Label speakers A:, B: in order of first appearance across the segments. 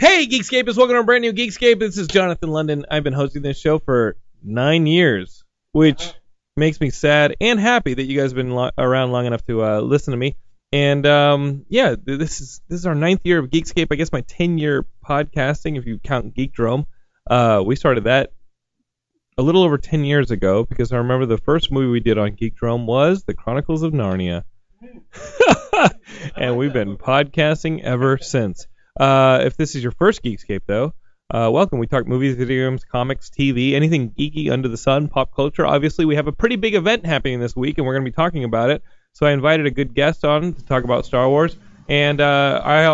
A: Geekscape is welcome to a brand new Geekscape. This is Jonathan London. I've been hosting this show for nine years, which makes me sad and happy that you guys have been lo- around long enough to uh, listen to me. And um, yeah, th- this is this is our ninth year of Geekscape. I guess my ten year podcasting, if you count Geekdrome. Uh, we started that a little over ten years ago because I remember the first movie we did on Geekdrome was The Chronicles of Narnia, and we've been podcasting ever since. Uh, if this is your first Geekscape, though, uh, welcome. We talk movies, video games, comics, TV, anything geeky under the sun, pop culture. Obviously, we have a pretty big event happening this week, and we're going to be talking about it. So I invited a good guest on to talk about Star Wars, and uh, I,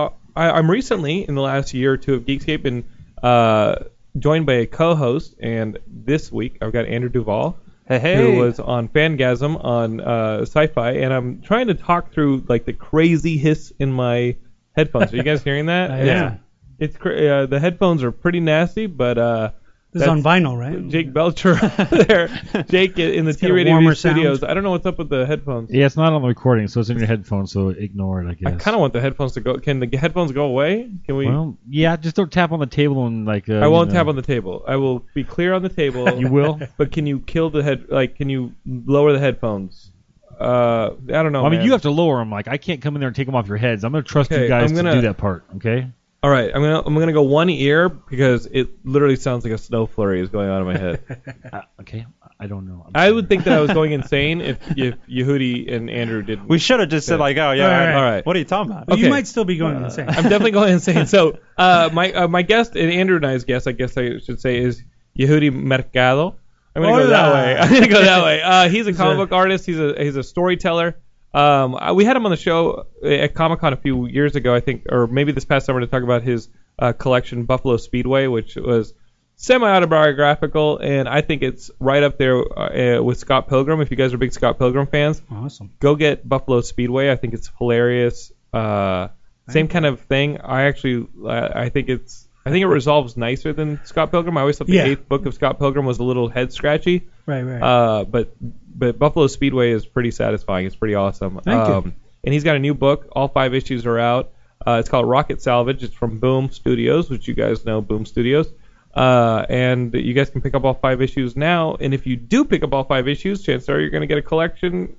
A: I I'm recently in the last year or two of Geekscape and uh, joined by a co-host, and this week I've got Andrew Duvall. Who was on Fangasm on uh, Sci-Fi, and I'm trying to talk through like the crazy hiss in my headphones. Are you guys hearing that?
B: Yeah.
A: It's cra- uh, the headphones are pretty nasty, but uh,
B: This is on
A: that's
B: vinyl, right?
A: Jake Belcher there. Jake in the
B: got a
A: T Radio
B: warmer
A: studios.
B: sound.
A: I don't know what's up with the headphones.
C: Yeah, it's not on the recording, so it's in your headphones, so ignore it, I
A: I
C: guess.
A: kind of want the headphones to go. Can the headphones go away? Can we?
C: Well, yeah, just don't tap on the table and like. Uh,
A: I won't tap on the table. I will be clear on the table.
C: You will?
A: But can you kill the head? Like, can you lower the headphones? Uh, I don't know.
C: I mean,
A: man.
C: you have to lower them. Like, I can't come in there and take them off your heads. I'm gonna trust
A: Okay,
C: you guys
A: I'm gonna-
C: to do that part. Okay.
A: All right, I'm gonna I'm gonna go one ear because it literally sounds like a snow flurry is going on in my head.
C: Uh, okay. I don't know. I'm
A: I
C: sorry.
A: would think that I was going insane if if Yehudi and Andrew didn't.
D: We should have just said
A: Yeah.
D: like, oh yeah,
B: All
D: all
B: right.
D: right.
A: All right.
D: What are you talking about?
B: But
A: okay. Uh,
B: You might still be going insane.
A: I'm definitely going insane. So uh, my uh, my guest and Andrew and I's guest, I guess I should say, is Yehudi Mercado. I'm gonna go that
B: Hola.
A: way. I'm gonna go that way. Uh, he's a comic book artist. He's a he's a storyteller. Um, I- we had him on the show at Comic Con a few years ago, I think, or maybe this past summer, to talk about his uh, collection Buffalo Speedway, which was semi autobiographical, and I think it's right up there uh, uh, with Scott Pilgrim. If you guys are big Scott Pilgrim fans,
B: awesome.
A: go get Buffalo Speedway. I think it's hilarious. Uh, same kind of thing. I actually, I I think it's, I think it resolves nicer than Scott Pilgrim. I always thought the
B: Yeah.
A: eighth book of Scott Pilgrim was a little head scratchy.
B: Right, right.
A: Uh, but but Buffalo Speedway is pretty satisfying. It's pretty awesome. Um,
B: Thank you.
A: And he's got a new book. All five issues are out. Uh, it's called Rocket Salvage. It's from Boom Studios, which you guys know Boom Studios. Uh, and you guys can pick up all five issues now. And if you do pick up all five issues, chances are you're going to get a collection,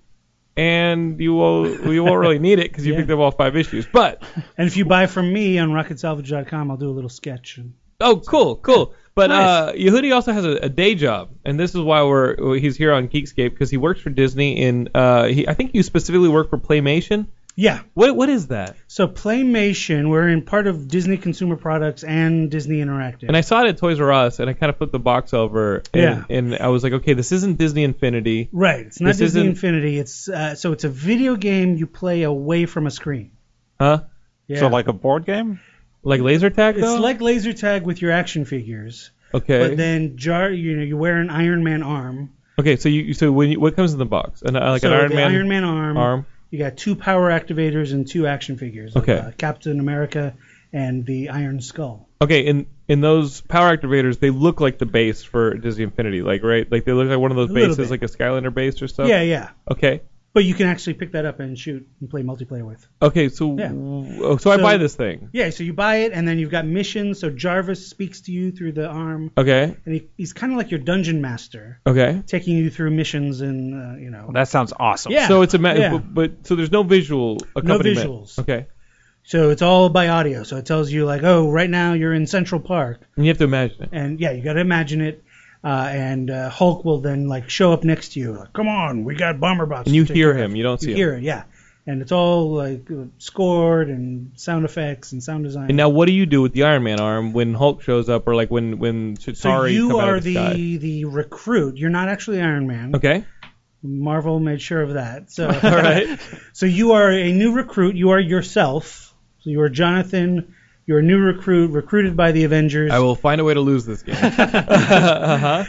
A: and you will you won't really need it because you
B: Yeah.
A: picked up all five issues. But
B: and if you buy from me on rocketsalvage.com, I'll do a little sketch. And,
A: Oh, cool, cool. But uh,
B: Nice.
A: Yehudi also has a, a day job, and this is why we're he's here on Geekscape because he works for Disney. And uh, he, I think you specifically work for Playmation.
B: yeah.
A: What what is that?
B: So Playmation, we're in part of Disney Consumer Products and Disney Interactive.
A: And I saw it at Toys R Us, and I kind of flipped the box over, and,
B: Yeah.
A: and I was like, okay, this isn't Disney Infinity.
B: right. It's not
A: This
B: Disney
A: isn't-
B: Infinity. It's uh, so it's a video game you play away from a screen.
A: Huh?
B: Yeah.
D: So like a board game?
A: Like laser tag
B: it's
A: though?
B: like laser tag with your action figures,
A: okay.
B: but then jar you know you wear an Iron Man arm.
A: okay, so you so when you, what comes in the box? And uh, like
B: so
A: an Iron
B: the
A: Man,
B: Iron Man arm.
A: arm.
B: You got two power activators and two action figures.
A: Okay.
B: uh, Captain America and the Iron Skull.
A: Okay, in in those power activators, they look like the base for Disney Infinity, like right, like they look like one of those
B: A little
A: bases,
B: bit.
A: like a Skylander base or stuff.
B: Yeah, yeah.
A: Okay.
B: But you can actually pick that up and shoot and play multiplayer with.
A: Okay, so
B: Yeah.
A: oh, so I
B: So-
A: buy this thing.
B: Yeah, so you buy it, and then you've got missions. So Jarvis speaks to you through the arm,
A: Okay,
B: and he, he's kind of like your dungeon master,
A: okay.
B: taking you through missions and uh, you know.
D: That sounds awesome.
B: Yeah.
A: So it's a ma-
B: yeah.
A: but, but so there's no visual accompaniment.
B: visuals.
A: Okay,
B: So it's all by audio. So it tells you like, oh, right now you're in Central Park,
A: and you have to imagine it.
B: and yeah, you got to imagine it. Uh, and uh, Hulk will then like show up next to you, like, come on, we got bomber bots.
A: And you
B: to take
A: hear
B: care of."
A: him, you don't see
B: You
A: him.
B: hear it, yeah. And it's all like uh, scored and sound effects and sound design.
A: And now, what do you do with the Iron Man arm when Hulk shows up, or like when when
B: So
A: Chitari
B: you
A: come out
B: are
A: of the,
B: the
A: sky?
B: the recruit. You're not actually Iron Man.
A: Okay,
B: Marvel made sure of that. So
A: all right.
B: so you are a new recruit. You are yourself. So you are Jonathan. You're a new recruit recruited by the Avengers.
A: I will find a way to lose this game. uh-huh.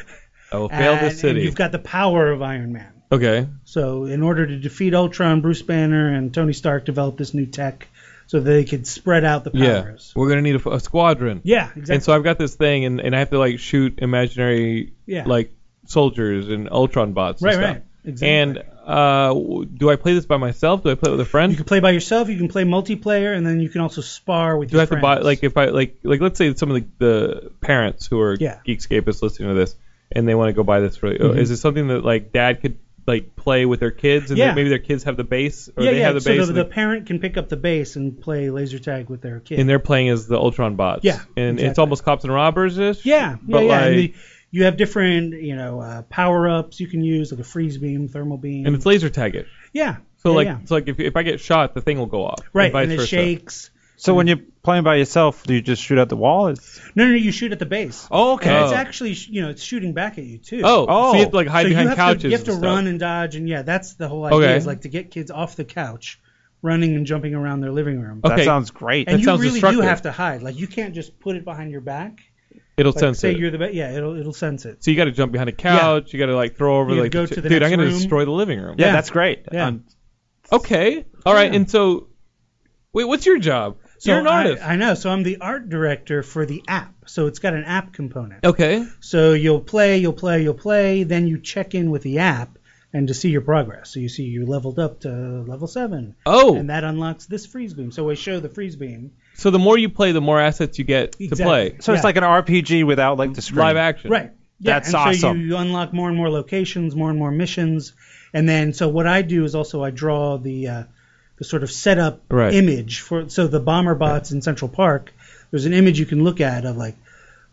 A: I will fail
B: and,
A: this city.
B: And you've got the power of Iron Man.
A: okay,
B: So in order to defeat Ultron, Bruce Banner and Tony Stark developed this new tech so they could spread out the
A: yeah,
B: powers.
A: we're gonna need a, a squadron.
B: Yeah, exactly.
A: And so I've got this thing, and, and I have to like shoot imaginary
B: Yeah.
A: like soldiers and Ultron bots.
B: right,
A: and stuff.
B: right. Exactly.
A: And uh, Uh, w- do I play this by myself? Do I play it with a friend?
B: You can play by yourself. You can play multiplayer, and then you can also spar with
A: Do I
B: your
A: have to
B: friends.
A: buy like if I like like let's say some of the, the parents who are
B: Yeah. Mm-hmm.
A: Geekscapists listening to this and they want to go buy this for is it something that like dad could like play with their kids and
B: Yeah.
A: then maybe their kids have the bass or
B: yeah,
A: they
B: yeah.
A: have the
B: so
A: bass
B: the,
A: and,
B: the
A: they-
B: parent can pick up the bass and play laser tag with their kid.
A: and they're playing as the Ultron bots.
B: Yeah,
A: And it's
B: exactly.
A: almost cops and robbers ish.
B: yeah, yeah,
A: But
B: yeah.
A: like
B: and the, you have different, you know, uh, power ups you can use, like a freeze beam, thermal beam.
A: and it's laser tag it.
B: yeah.
A: So
B: yeah,
A: like
B: yeah.
A: so like if, if I get shot the thing will go off.
B: right,
A: And vice
B: and it
A: versa.
B: shakes.
D: So when you're playing by yourself, do you just shoot at the wall? It's,
B: No, no, no, you shoot at the base.
A: Oh okay.
B: And
A: Oh.
B: it's actually, sh- you know, it's shooting back at you too.
A: oh,
D: Oh.
A: so you have to like hide
B: so
A: behind
B: you have
A: couches.
B: To, you have to
A: and stuff.
B: run and dodge, and yeah, that's the whole idea
A: Okay.
B: is like to get kids off the couch, running and jumping around their living room.
A: Okay.
D: That sounds great.
B: and
A: that
B: you
A: sounds
B: really do
A: destructive.
B: have to hide. Like you can't just put it behind your back.
A: Oh, It'll
B: Like,
A: sense
B: say
A: it.
B: you're the best. Yeah, it'll it'll sense it.
A: So you got to jump behind a couch. You got to like throw over
B: You gotta
A: like,
B: go
A: the
B: to
A: ch-
B: the
A: dude, I'm
B: next
A: gonna
B: room.
A: destroy the living room.
D: yeah,
B: yeah.
D: that's great.
B: Yeah.
D: Um,
A: Okay. All right.
B: Yeah.
A: And so, wait, what's your job?
B: So
A: You're an
B: I-
A: artist.
B: I, know. So I'm the art director for the app. So it's got an app component.
A: okay.
B: So you'll play, you'll play, you'll play. Then you check in with the app and to see your progress. So you see you leveled up to level seven,
A: Oh,
B: and that unlocks this freeze beam. So I show the freeze beam.
A: so the more you play, the more assets you get to
B: Exactly.
A: play.
D: so
B: Yeah.
D: it's like an RPG without like the screen.
A: Live action.
B: Right. Yeah,
D: That's
B: and So
D: awesome.
B: you, you unlock more and more locations, more and more missions, and then so what I do is also I draw the uh, the sort of setup
A: Right.
B: image for so the bomber bots in Central Park. There's an image you can look at of like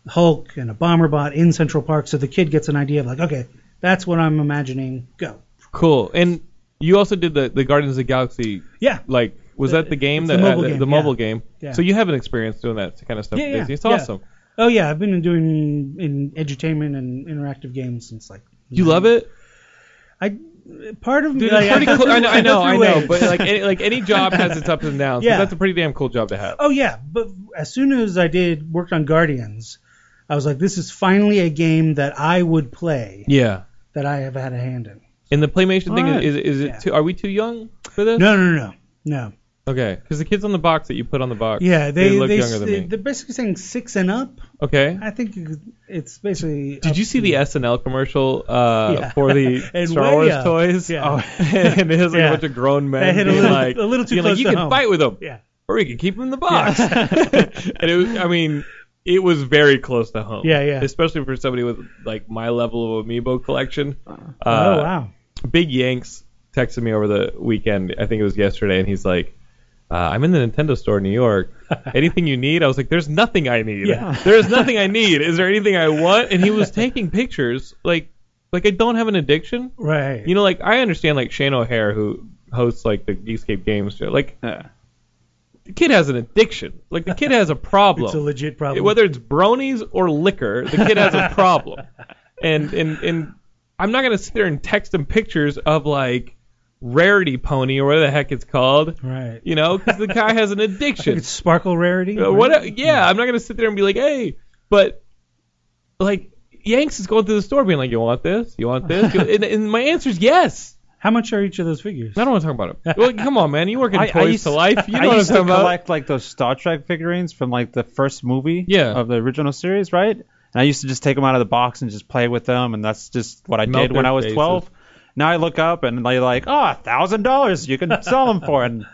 B: Hulk and a bomber bot in Central Park, so the kid gets an idea of like, okay, that's what I'm imagining. Go.
A: Cool. And you also did the the Guardians of the Galaxy.
B: Yeah.
A: Like, was
B: The-
A: that the game
B: it's
A: that
B: the mobile
A: uh,
B: game,
A: the mobile
B: yeah.
A: game?
B: Yeah.
A: So you have an experience doing that kind of stuff.
B: Yeah,
A: with
B: yeah,
A: Disney. It's
B: yeah.
A: awesome.
B: Oh yeah, I've been doing in edutainment and interactive games since like.
A: You love it?
B: I part of me.
A: Dude,
B: like,
A: it's pretty
B: go
A: cool.
B: through-
A: I know, I know,
B: go
A: I
B: through
A: know.
B: waves.
A: But like, any, like any job has its ups and downs. but
B: Yeah.
A: that's a pretty damn cool job to have.
B: Oh yeah, but as soon as I did worked on Guardians, I was like, this is finally a game that I would play
A: Yeah.
B: that I have had a hand in.
A: And the PlayMation thing
D: Alright.
A: is, is it
B: Yeah.
A: too? Are we too young for this?
B: No, no, no, no.
A: Okay, because the kids on the box that you put on the box.
B: Yeah, they
A: they look
B: they,
A: younger than
B: they,
A: me.
B: are basically saying six and up.
A: Okay.
B: I think it's basically.
A: Did you see the SNL commercial uh,
B: Yeah.
A: for the
B: And
A: Star
B: way
A: Wars
B: up.
A: toys?
B: Yeah.
A: Oh, and it has like a
B: Yeah.
A: bunch of grown men
B: That hit a
A: being
B: little-
A: like,
B: a little too
A: being like,
B: close
A: you
B: to
A: can
B: home."
A: fight with them,
B: Yeah.
A: or we can keep them in the box. and it was, I mean, it was very close to home.
B: Yeah, yeah.
A: Especially for somebody with like my level of amiibo collection.
B: oh
A: Uh,
B: wow.
A: Big Yanks texted me over the weekend. I think it was yesterday, and he's like, uh, "I'm in the Nintendo store in New York. Anything you need?" I was like, "There's nothing I need.
B: Yeah.
A: There's nothing I need. Is there anything I want?" And he was taking pictures, like, like I don't have an addiction.
B: Right.
A: You know, like I understand, like Shane O'Hare who hosts like the Geekscape Games show. Like
D: Yeah.
A: the kid has an addiction. Like the kid has a problem.
B: it's a legit
D: Um,
B: problem.
A: Whether it's bronies or liquor, the kid has a problem. And and and I'm not gonna sit there and text him pictures of like rarity pony or whatever the heck it's called.
B: right.
A: You know, because the guy has an addiction.
B: It's sparkle rarity.
A: Uh,
B: right?
A: what? Yeah, I'm not gonna sit there and be like, hey, but like Yanks is going through the store being like, you want this? You want this? You- and, and my answer is yes.
B: How much are each of those figures?
A: I don't want to talk about it. Well, come on, man. You work in
D: I- I
A: Toys
D: used-
A: to Life. You know
D: I
A: what I'm
D: used to
A: talking about.
D: collect like those Star Trek figurines from like the first movie
A: Yeah.
D: of the original series, right? And I used to just take them out of the box and just play with them, and that's just what I
A: Melt
D: did when
A: their
D: I was
A: faces.
D: 12. Now I look up and they're like, oh, thousand dollars, you can sell them for. And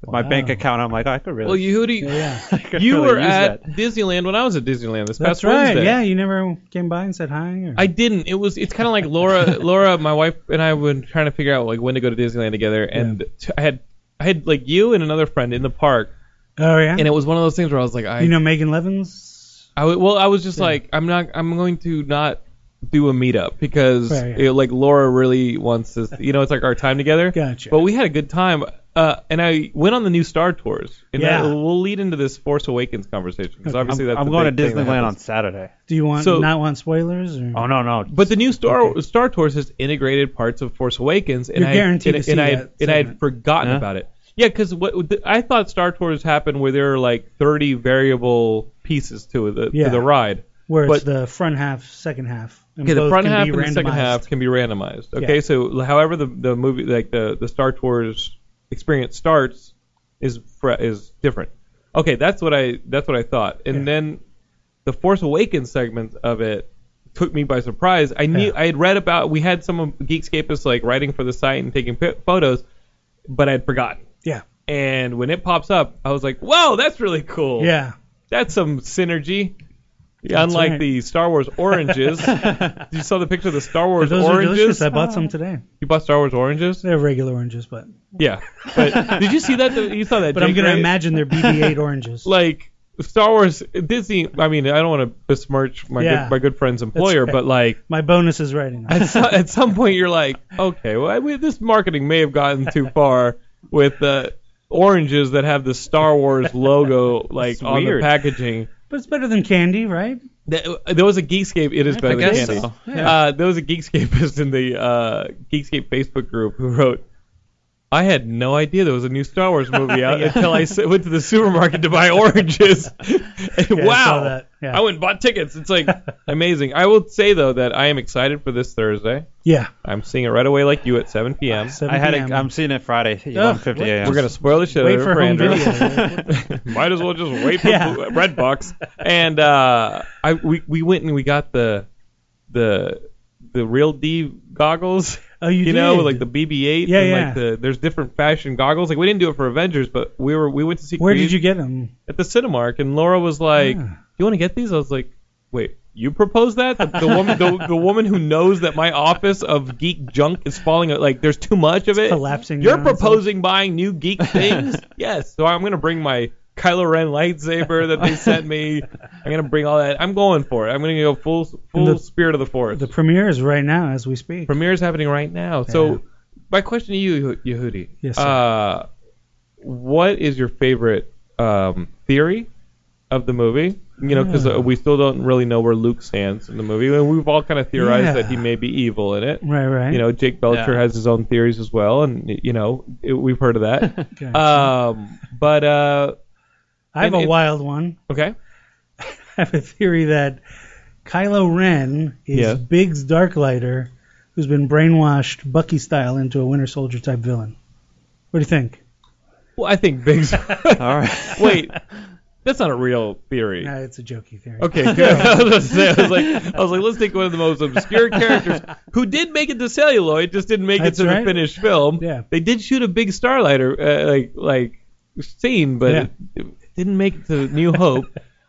D: with my bank account, I'm like, "Oh, I could really.
A: Well, you who do you,
B: Yeah.
D: I could
A: you
D: really
A: were
D: use
A: at
D: that.
A: Disneyland when I was at Disneyland this
B: That's
A: past
B: right.
A: Wednesday.
B: Yeah, you never came by and said hi. Or...
A: I didn't. It was. It's kind of like Laura. Laura, my wife and I were trying to figure out like when to go to Disneyland together, and t- I had, I had like you and another friend in the park,
B: oh yeah.
A: and it was one of those things where I was like, I,
B: you know Megan Levins.
A: I w- well, I was just like, I'm not, I'm going to not do a meetup because
B: Right.
A: it, like Laura really wants this. You know, it's like our time together.
B: Gotcha.
A: But we had a good time. Uh, and I went on the new Star Tours, and
B: Yeah.
A: that, we'll lead into this Force Awakens conversation because obviously
D: I'm,
A: that's
D: I'm
A: the
D: going
A: big
D: to
A: thing that
D: Disneyland
A: happens.
D: on Saturday.
B: Do you want
A: So-
B: not want spoilers? Or...
D: Oh no no!
A: But the new Star Star Tours has integrated parts of Force Awakens, and
B: You're
A: I
B: guaranteed
A: and,
B: to see
A: and I
B: that
A: and I had
B: segment.
A: forgotten
D: Yeah.
A: about it. Yeah, because what the, I thought Star Tours happened where there are like 30 variable pieces to the
B: Yeah.
A: to the ride.
B: Where it's
A: But-
B: the front half, second half. And
A: Okay, the
B: both
A: front
B: can
A: half
B: be
A: and the second
B: randomized.
A: half can be randomized. Okay,
B: Yeah.
A: so however the, the movie like the, the Star Tours experience starts is fre- is different. Okay, that's what I that's what I thought. And
B: Yeah.
A: then the Force Awakens segment of it took me by surprise. I knew I had read about we had some of Geekscapists like writing for the site and taking pi photos, but I'd forgotten.
B: Yeah.
A: And when it pops up, I was like, "Whoa, that's really cool.
B: Yeah.
A: that's some synergy." Unlike
B: right.
A: the Star Wars oranges, you saw the picture of the Star Wars
B: Those are
A: oranges. Oh.
B: delicious. I bought some today.
A: you bought Star Wars oranges?
B: They're regular oranges, but
A: Yeah. But did you see that? You saw that?
B: but I'm
A: Jake,
B: gonna
A: right?
B: imagine they're BB-8 oranges.
A: like Star Wars Disney. I mean, I don't want to besmirch my
B: Yeah.
A: good, my good friend's employer,
B: okay.
A: but like
B: My bonus is writing.
A: at, so, at some point you're like, okay, well, I mean, this marketing may have gotten too far with uh, oranges that have the Star Wars logo like on
D: weird.
A: the packaging.
B: But it's better than candy, right?
A: That- uh, There was a Geekscape. It is better than
D: guess
A: candy.
D: so.
A: Uh, there was a Geekscapist in the uh, Geekscape Facebook group who wrote, "I had no idea there was a new Star Wars movie out until I s- went to the supermarket to buy oranges. And
B: I
A: wow,
B: saw that. Yeah.
A: I went and bought tickets. It's like amazing. I will say though that I am excited for this Thursday.
B: Yeah.
A: I'm seeing it right away, like you at 7 p.m.
B: 7
D: I had
B: PM.
D: it. I'm seeing it Friday, 11:50
B: what-
D: a.m.
A: We're gonna spoil the shit out of
B: Wait
A: it
B: for
A: for
B: home
A: Andrew.
B: video. right?
A: Might as well just wait for
B: Yeah.
A: Blu- Redbox. And uh, I we we went and we got the the the real D goggles.
B: Oh, you did.
A: know, like the BB-8
B: Yeah,
A: and
B: yeah.
A: like the there's different fashion goggles. Like we didn't do it for Avengers, but we were we went to see
B: Where
A: Creed
B: did you get them?
A: at the Cinemark, and Laura was like, "Do you want to get these?" I was like, "Wait." You proposed that the, the woman, the, the woman who knows that my office of geek junk is falling, like there's too much of it.
B: collapsing
A: You're
B: now, it's
A: proposing buying new geek things. yes, so I'm gonna bring my Kylo Ren lightsaber that they sent me. I'm gonna bring all that. I'm going for it. I'm gonna go full, full
B: And the-
A: spirit of the force.
B: The premiere is right now as we speak.
A: Premiere is happening right now.
B: Yeah.
A: So, my question to you, Yeh- Yehudi.
B: Yes, sir.
A: Uh, what is your favorite um, theory of the movie? You know, because uh, we still don't really know where Luke stands in the movie, and we've all kind of theorized
B: Yeah.
A: that he may be evil in it.
B: Right, right.
A: You know, Jake Belcher
D: Yeah.
A: has his own theories as well, and y- you know, it, we've heard of that.
B: Okay.
A: um, but uh,
B: I have
A: and
B: a
A: it-
B: wild one.
A: okay,
B: I have a theory that Kylo Ren is
A: Yeah.
B: Biggs Darklighter, who's been brainwashed Bucky style into a Winter Soldier type villain. What do you think?
A: well, I think Biggs.
D: All right.
A: Wait, that's not a real theory.
B: No, it's a jokey theory.
A: Okay, good. I was, gonna say, I was like, I was like, let's take one of the most obscure characters who did make it to celluloid, just didn't make
B: That's
A: it to
B: right.
A: the finished film.
B: Yeah.
A: they did shoot a big starlighter uh, like like scene, but
B: Yeah.
A: it, it didn't make it to New Hope.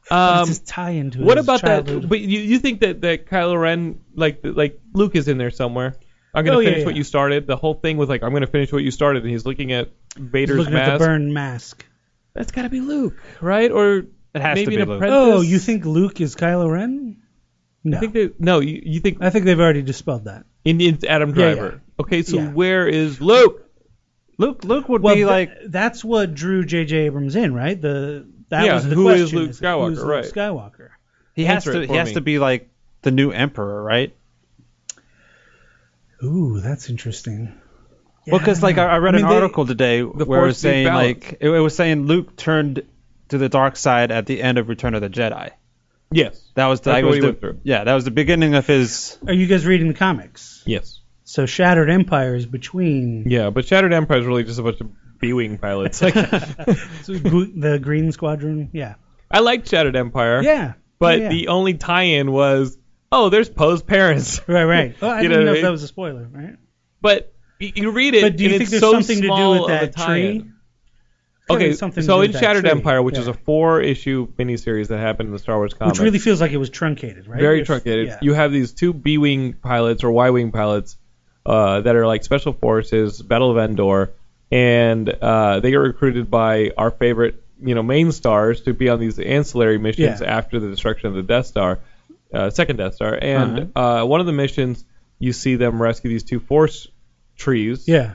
B: Let's
A: Um,
B: just tie into
A: what
B: his
A: about
B: childhood.
A: that? But you, you think that that Kylo Ren like like Luke is in there somewhere? I'm gonna
B: Oh, yeah,
A: finish what
B: yeah.
A: you started. The whole thing with like I'm gonna finish what you started, and he's looking at
B: He's
A: Vader's
B: looking
A: mask.
B: at the burn mask.
A: That's gotta be Luke, right? Or
D: It has
A: maybe
D: to be
A: an
D: Luke.
A: apprentice.
B: Oh, you think Luke is Kylo Ren? No.
A: I think that no, you, you think
B: I think they've already dispelled that.
A: Indians Adam
B: Yeah,
A: Driver.
B: yeah.
A: Okay, so
B: Yeah.
A: where is Luke?
D: Luke, Luke would
B: Well,
D: be
B: th-
D: like
B: that's what drew J.J. Abrams in, right? The that
A: Yeah,
B: was the
A: who is
B: question.
A: Luke Skywalker,
B: who's
A: right.
B: Luke Skywalker.
D: he has
A: Answer
D: to
A: it
D: he
A: for
D: has
A: me.
D: to be like the new emperor, right?
B: Ooh, that's interesting.
D: Well, because like I, I read
A: I mean,
D: an
A: they-
D: article today where it
A: Force
D: was
A: did
D: saying
A: balance.
D: like it, it was saying Luke turned to the dark side at the end of Return of the Jedi.
A: Yes.
D: That was the,
A: That's
D: that
A: what
D: was
A: he
D: the-
A: went through.
D: yeah, that was the beginning of his.
B: Are you guys reading the comics?
A: Yes.
B: So Shattered Empire is between
A: Yeah, but Shattered Empire is really just a bunch of B-wing pilots. Like,
B: so gr- the Green Squadron. Yeah.
A: I liked Shattered Empire.
B: Yeah.
A: But
B: yeah, yeah.
A: the only tie-in was, oh, there's Poe's parents.
B: right, right. Well, I
A: You know
B: didn't know,
A: what I
B: if
A: mean?
B: that was a spoiler, right?
A: But y- you read it,
B: But do you
A: and
B: think
A: it's
B: there's
A: so
B: something to do
A: small
B: with
A: of a
B: that
A: tie-in.
B: tree?
A: Okay,
B: Surely something to
A: so
B: do
A: in
B: with that
A: Shattered
B: tree.
A: Empire, which is
B: Yeah.
A: a four-issue miniseries that happened in the Star Wars comics,
B: Which really feels like it was truncated, right?
A: Um, very
B: If-
A: truncated.
B: yeah.
A: You have these two B-wing pilots or Y-wing pilots uh, that are like special forces, Battle of Endor, and uh, they get recruited by our favorite, you know, main stars to be on these ancillary missions
B: Yeah.
A: after the destruction of the Death Star, uh, second Death Star. And
B: Uh-huh.
A: uh, one of the missions, you see them rescue these two force trees
B: yeah.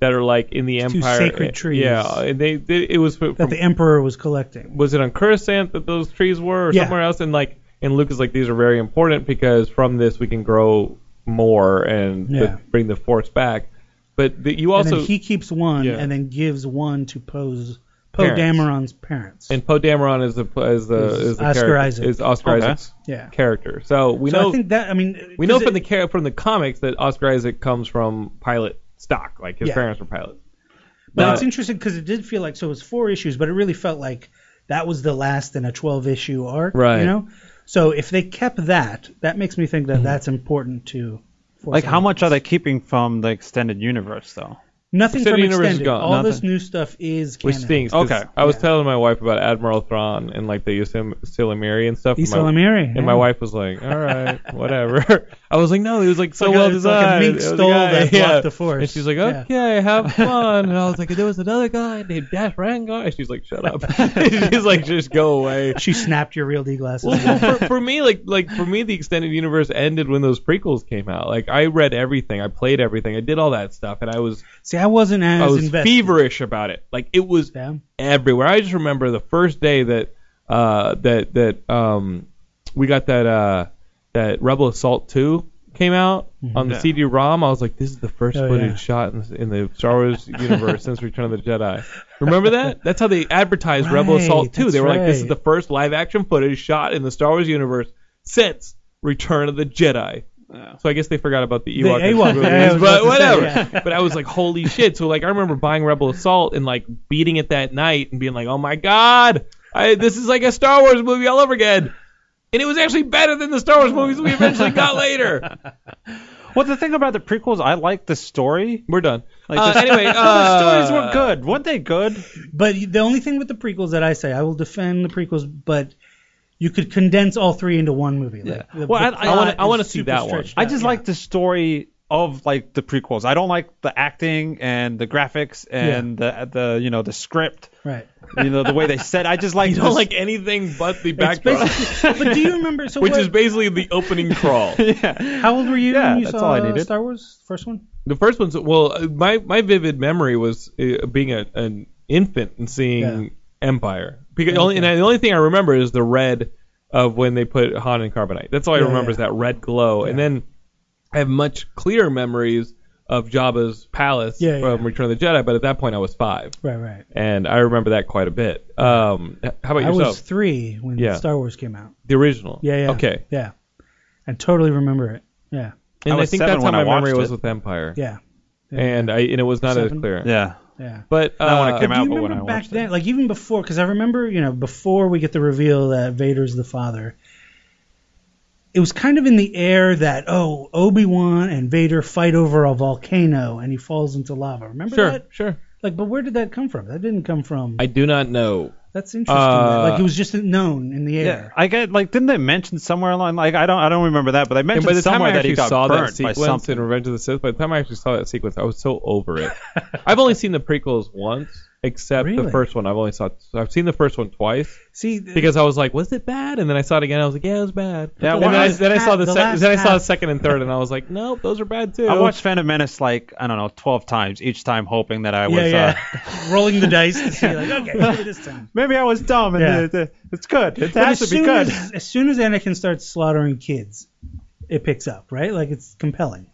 A: that are like in the
B: two
A: Empire.
B: sacred trees.
A: Yeah, and they, they it was from,
B: That the Emperor was collecting.
A: was it on Coruscant that those trees were, or
B: Yeah.
A: somewhere else? And like, and Luke is like, these are very important because from this we can grow more and
B: Yeah.
A: th- bring the Force back. But the, you
B: and
A: also
B: then he keeps one
A: Yeah.
B: and then gives one to Poe's Poe
A: Parents.
B: Dameron's parents.
A: and Poe Dameron is the is the
B: Is
A: is the
B: Oscar
A: character,
B: Isaac.
A: is Oscar
D: Okay.
A: Isaac's
B: yeah.
A: character. So we
B: so
A: know
B: I think that I mean
A: we know
B: does
A: from the
B: it-
A: char- from the comics that Oscar Isaac comes from pilot stock, like his
B: Yeah.
A: parents were pilots.
B: but
A: No.
B: it's interesting because it did feel like so it was four issues, but it really felt like that was the last in a twelve issue arc.
A: Right. Mm-hmm.
B: You know, So if they kept that, that makes me think that that's important to. Force
D: Like, how
B: Awakens.
D: much are they keeping from the extended universe, though?
B: Nothing
A: Extended
B: from
A: universe is
B: extended.
A: gone,
B: All this
A: nothing. Oh,
B: new stuff is
A: Which
B: canon. Oh,
A: stinks. 'cause
D: Okay.
A: I was
B: Yeah.
A: telling my wife about Admiral Thrawn and like they used him Silamiri and stuff.
B: Issa
A: and my-
B: Lamiri.
A: And my wife was like, "All right, whatever." I was like, "No, he was like so
B: like a-
A: well
B: it's like a
A: designed."
B: mink
A: It was a
B: stole
A: guy,
B: that blocked the force.
A: And she's like,
B: Yeah.
A: "Okay, have fun." And I was like, "There was another guy named Dash Rangar." And she's like, "Shut up." she's like, "Just go away."
B: She snapped your real D glasses.
A: well, well, for, for me, like like for me, the extended universe ended when those prequels came out. Like I read everything, I played everything, I did all that stuff, and I was
B: See, I wasn't as
A: I was
B: invested.
A: feverish about it. Like it was
B: Yeah.
A: everywhere. I just remember the first day that uh, that that um, we got that uh, that Rebel Assault 2 came out on the
D: Yeah.
A: CD-ROM. I was like, this is the first
B: Mm-hmm. Oh,
A: footage
B: yeah.
A: shot in the, in the Star Wars universe since Return of the Jedi. Remember that? That's how they advertised Rebel
B: Right,
A: Assault 2. They
B: that's
A: were like, this is
B: right.
A: the first live-action footage shot in the Star Wars universe since Return of the Jedi.
D: Yeah.
A: So I guess they forgot about the
B: The
A: Ewok,
B: Ewok,
A: movies,
B: yeah, I was about
A: but
B: to say,
A: whatever.
B: yeah.
A: But I was like, holy shit! So like, I remember buying Rebel Assault and like beating it that night and being like, oh my god, I, this is like a Star Wars movie all over again. And it was actually better than the Star Wars movies we eventually got later.
D: Well, the thing about the prequels, I like the story.
A: We're done.
D: Like
A: Uh,
D: the,
A: anyway,
D: the stories
A: uh,
D: were good, weren't they? Good.
B: But the only thing with the prequels that I say, I will defend the prequels, but you could condense all three into one movie. Like,
D: Yeah.
B: the-
D: Well,
B: the
D: I- I
B: plot
D: wanna-
A: I wanna
B: is
A: see
B: super
A: that one.
B: stretched
D: I
B: out,
D: just
B: yeah.
D: like the story of like the prequels. I don't like the acting and the graphics and the the you know the script.
B: Right.
D: You know the way they said. I just like
A: You don't
D: this-
A: like anything but the
B: It's
A: backdrop,
B: basically- but do you remember? So
A: which
B: what,
A: is basically the opening crawl.
B: how old were you
D: Yeah,
B: when you
D: that's
B: saw
D: all I needed.
B: Star Wars first one?
A: The first one's well, uh, my my vivid memory was uh, being a, an infant and seeing
B: Yeah.
A: Empire. Because only, and the only thing I remember is the red of when they put Han in carbonite. That's all I
B: Yeah,
A: remember
B: yeah.
A: is that red glow. And then I have much clearer memories of Jabba's palace
B: Yeah, yeah.
A: from Return of the Jedi. But at that point, I was five,
B: Right, right.
A: and I remember that quite a bit. Um, h- how about
B: I
A: yourself?
B: was three when
A: Yeah.
B: Star Wars came out.
A: the original.
B: Yeah, yeah.
A: Okay.
B: Yeah. I totally remember it. Yeah.
A: And I,
D: was
A: think
D: seven
A: that's how
D: when I
A: my memory
D: watched
A: was
D: it.
A: with Empire.
B: Yeah.
A: And I and it was not as
B: Seven.
A: clear.
D: yeah.
B: Yeah.
A: But uh,
D: Not when it came
B: But do
D: out,
B: you
D: but when
B: remember
D: I
B: back
D: watched it.
B: then, like even before, because I remember, you know, before we get the reveal that Vader's the father, it was kind of in the air that oh, Obi Wan and Vader fight over a volcano and he falls into lava. Remember
A: Sure,
B: that?
A: sure.
B: Like, but where did that come from? That didn't come from.
A: I do not know.
B: That's interesting.
A: Uh,
B: like it was just known in the
D: Yeah,
B: air.
D: I get like didn't they mention somewhere along like I don't I don't remember that, but they
A: And
D: mentioned
A: by the time
D: somewhere
A: I
D: that he
A: actually
D: got
A: saw that
D: burnt by
A: sequence
D: something.
A: in Revenge of the Sith, by the time I actually saw that sequence, I was so over it. I've only seen the prequels once, except the
B: Really?
A: first one. I've only saw. I've seen the first one twice
B: See, th-
A: because I was like, "Was it bad?" And then I saw it again. I was like, "Yeah, it was bad."
D: Yeah,
A: and
D: well,
A: then I,
D: I-
A: then I saw the,
B: the
A: sec-
B: last
A: then I saw the
B: half-
A: second and third, and I was like, "Nope, those are bad too."
D: I watched Phantom Menace like I don't know twelve times each time, hoping that I was
B: yeah, yeah.
D: uh,
B: Rolling the dice to see, like, okay, maybe this time.
D: maybe I was dumb and
B: Yeah.
D: it- it- it's good. It
B: But
D: has to
B: as
D: be
B: soon
D: good.
B: As, as soon as Anakin starts slaughtering kids, it picks up, right? Like it's compelling.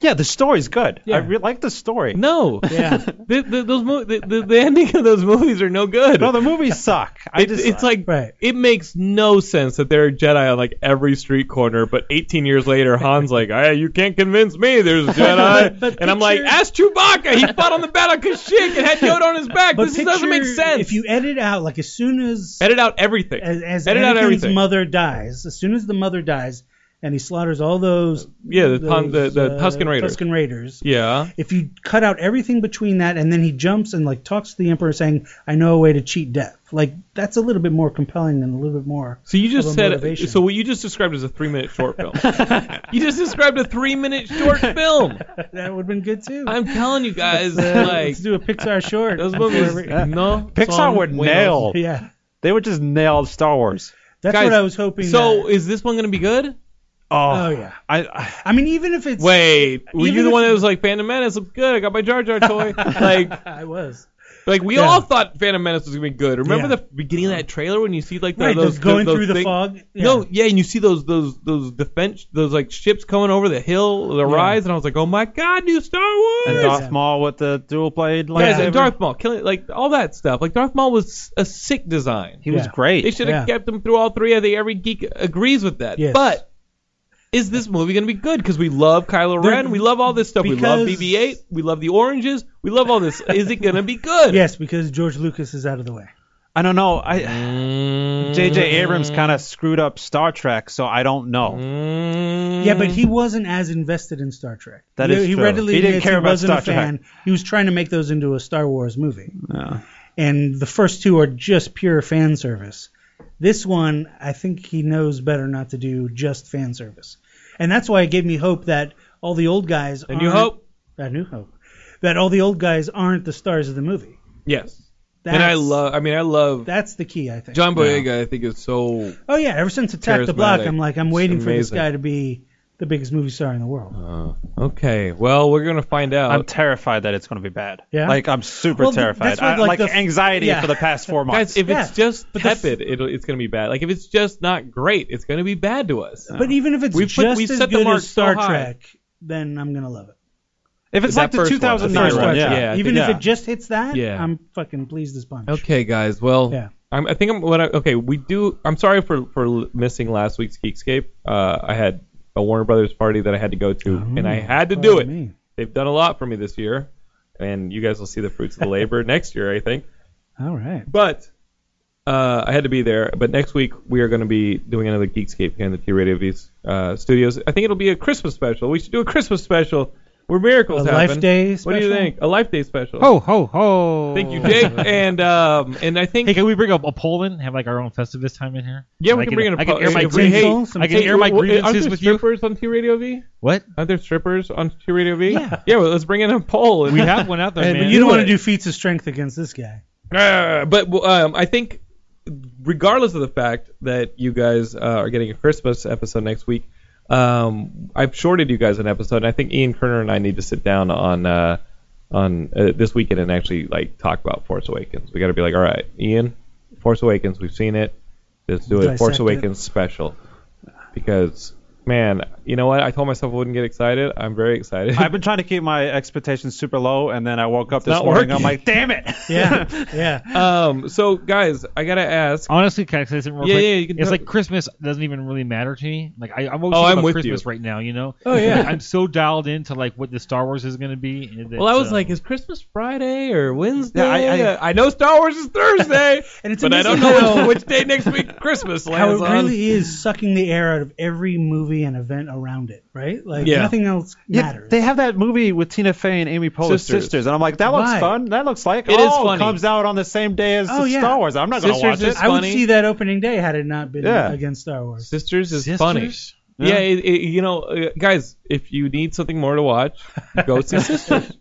D: Yeah, the story's good. I
B: Yeah.
D: re- like the story.
A: No,
B: Yeah.
A: the, the, those mo- the, the, the ending of those movies are no good.
D: No, the movies suck. I
A: It-
D: just
A: it's like
B: Right.
A: it makes no sense that there are Jedi on like every street corner, but 18 years later, Han's like, hey, "You can't convince me there's a Jedi,"
B: But- but
A: and I'm like,
B: picture-
A: "Ask Chewbacca. He fought on the Battle of Kashyyyk and had Yoda on his back.
B: But
A: This doesn't make
B: picture
A: sense."
B: If you edit out, like as soon as
A: edit out everything,
B: as, as
A: edit out
B: Anakin's
A: everything.
B: mother dies, as soon as the mother dies, and he slaughters all those
A: Uh, Yeah, the Ton- the-
B: those, uh,
A: the Tusken Raiders.
B: Tusken Raiders.
A: yeah,
B: If you cut out everything between that, and then he jumps and like talks to the Emperor, saying, "I know a way to cheat death," like that's a little bit more compelling and a little bit more.
A: so you just
B: Of a
A: said
B: motivation.
A: so what you just described is a three-minute short film. you just described a three-minute short film.
B: that would have been good too.
A: I'm telling you guys,
B: Uh,
A: like
B: let's do a Pixar short.
A: those movies,
D: Yeah.
A: no
D: Pixar
A: song
D: would
A: winners.
D: nail.
B: Yeah,
D: They would just nail Star Wars.
B: that's
A: Guys,
B: what I was hoping.
A: So
B: that-
A: is this one gonna be good?
D: Oh,
B: oh yeah,
D: I, I
B: I mean even if it's
A: Wait, were
B: Even
A: you the
B: if-
A: one that was like Phantom Menace looks good? I got my Jar Jar toy. like,
B: I was.
A: like we
B: Yeah.
A: all thought Phantom Menace was gonna be good. Remember
B: Yeah.
A: the beginning of that trailer when you see like the,
B: Right,
A: those
B: those going
A: those
B: through the
A: thing-
B: fog. Yeah.
A: No, yeah, and you see those those those defense those like ships coming over the hill, the rise, and I was like, oh my god, new Star Wars.
D: and
B: Yeah.
D: Darth Maul with the dual blade
A: Guys,
D: lightsaber.
A: and Darth Maul killing like all that stuff. Like Darth Maul was a sick design.
D: he was
B: Yeah.
D: great.
A: They should have
B: Yeah.
A: kept him through all three. I think every geek agrees with that.
B: Yes.
A: But is this movie going to be good? Because we love Kylo
B: They're-
A: Ren. We love all this stuff. we love
B: because-
A: BB-8. We love the oranges. We love all this. is it going to be good?
B: Yes, because George Lucas is out of the way.
D: I don't know. I
A: Mm.
D: J.J. Abrams kind of screwed up Star Trek, so I don't know.
A: Mm.
B: Yeah, but he wasn't as invested in Star Trek.
D: Mm-hmm. That
B: he,
D: is
B: he
D: true.
B: readily
D: He didn't
B: admits
D: care about
B: wasn't a
D: Star Trek.
B: fan. He was trying to make those into a Star Wars movie.
D: Yeah.
B: And the first two are just pure fan service. This one, I think he knows better not to do just fan service. And that's why it gave me hope that all the old guys
A: And you
B: aren't-
A: hope?
B: A new hope. That all the old guys aren't the stars of the movie.
A: Yes.
B: That's,
A: and I love. I mean, I love
B: that's the key, I think.
A: John Boyega. I think is so.
B: Oh yeah, ever since Attack the Block,
A: Charismatic.
B: I'm like, I'm waiting for this
A: amazing.
B: guy to be the biggest movie star in the world.
A: Okay. Well, we're gonna find out.
D: I'm terrified that it's going to be bad.
B: Yeah?
D: Like I'm super
B: Well, th-
D: terrified.
B: that's what,
D: I-
B: like,
D: like
B: the f-
D: anxiety
B: yeah.
D: for the past four months.
A: Guys, if
B: Yeah.
A: it's just
B: But the f-
A: tepid, it'll, it's gonna be bad. Like if it's just not great, it's gonna be bad to us.
B: But even if it's
A: We put-
B: just
A: we
B: as
A: set the
B: good
A: mark
B: as Star
A: so high.
B: Trek, then I'm gonna love it.
D: if it's
A: that
D: like the
A: first one,
D: 2009
A: the
D: one,
A: first one,
D: yeah.
A: yeah. I
B: even
A: think-
B: if it just hits that,
A: Yeah.
B: I'm fucking pleased as punch.
A: Okay, guys. Well,
B: Yeah.
A: I'm, I think I'm. What I, okay, we do. I'm sorry for for l- missing last week's Geekscape. Uh, I had a Warner Brothers party that I had to go to,
B: Oh,
A: and I had to do
B: Pardon
A: it.
B: me.
A: They've done a lot for me this year, and you guys will see the fruits of the labor next year, I think.
B: All right.
A: But uh, I had to be there. But next week we are going to be doing another Geekscape here in the T Radio V's uh, studios. I think it'll be a Christmas special. We should do a Christmas special where miracles
B: A
A: happen.
B: Life Day
A: What do you
B: special? Oh.
A: think? A Life Day special.
C: Ho ho ho!
A: Thank you, Jake. and um, and I think
C: Hey, can we bring up a poll in? Have like our own Festivus time in here?
A: Yeah,
C: And
A: we
C: I
A: can bring in a
C: I can
A: poll.
C: air my
A: If we hate-
C: grievances. I can air my
A: Hey, w- w- aren't
C: grievances
A: there
C: with you.
A: strippers on T Radio V?
C: What?
A: Aren't there strippers on T Radio V?
C: Yeah.
A: Yeah. Well, let's bring in a poll.
C: We have one out there,
B: Hey,
C: man.
B: but you don't want
A: it.
B: to do feats of strength against this guy.
A: Uh, but well, um, I think, regardless of the fact that you guys uh, are getting a Christmas episode next week, um, I've shorted you guys an episode, and I think Ian Kerner and I need to sit down on uh, on uh, this weekend and actually like talk about Force Awakens. We got to be like, all right, Ian, Force Awakens, we've seen it. Let's do a
B: Dissect
A: Force
B: it.
A: Awakens special because. Man, you know what? I told myself I wouldn't get excited. I'm very excited.
D: I've been trying to keep my expectations super low, and then I woke up this
A: not
D: morning. I'm
A: working.
D: like, damn it!
B: Yeah. yeah.
A: um, so guys, I gotta ask.
C: Honestly, can I say something real
A: Yeah,
C: quick?
A: yeah, you can
C: it's
A: do
C: like
A: it.
C: Christmas doesn't even really matter to me. Like I, I'm
A: Oh,
C: always
A: I'm
C: about
A: with
C: Christmas
A: you.
C: right now, you know.
A: Oh, yeah.
C: Like, I'm so dialed into like what the Star Wars is gonna be. and
A: Well, I
C: it's,
A: was
C: uh,
A: like, is Christmas Friday or Wednesday?
D: I-
A: I, know Star Wars is Thursday,
B: And it's
A: but I don't
B: amazing
A: know
B: how-
A: which day next week Christmas
B: How
A: lands
B: it
A: on.
B: really is sucking the air out of every movie and event around it, right? Like
A: Yeah.
B: nothing else
D: Yeah,
B: matters.
D: they have that movie with Tina Fey and Amy Poehler's
A: Sisters.
D: sisters, and I'm like, that looks
B: Why?
D: fun. That looks like
A: It is
D: oh,
A: funny.
D: comes out on the same day as
B: Oh, yeah.
D: Star Wars. I'm not gonna
A: Sisters
D: watch
A: is-
D: it.
B: I would
A: funny.
B: see that opening day had it not been
D: Yeah.
B: against Star Wars.
A: Sisters is
C: Sisters?
A: funny. Yeah, it, it, you know, uh, guys, if you need something more to watch, go see Sisters.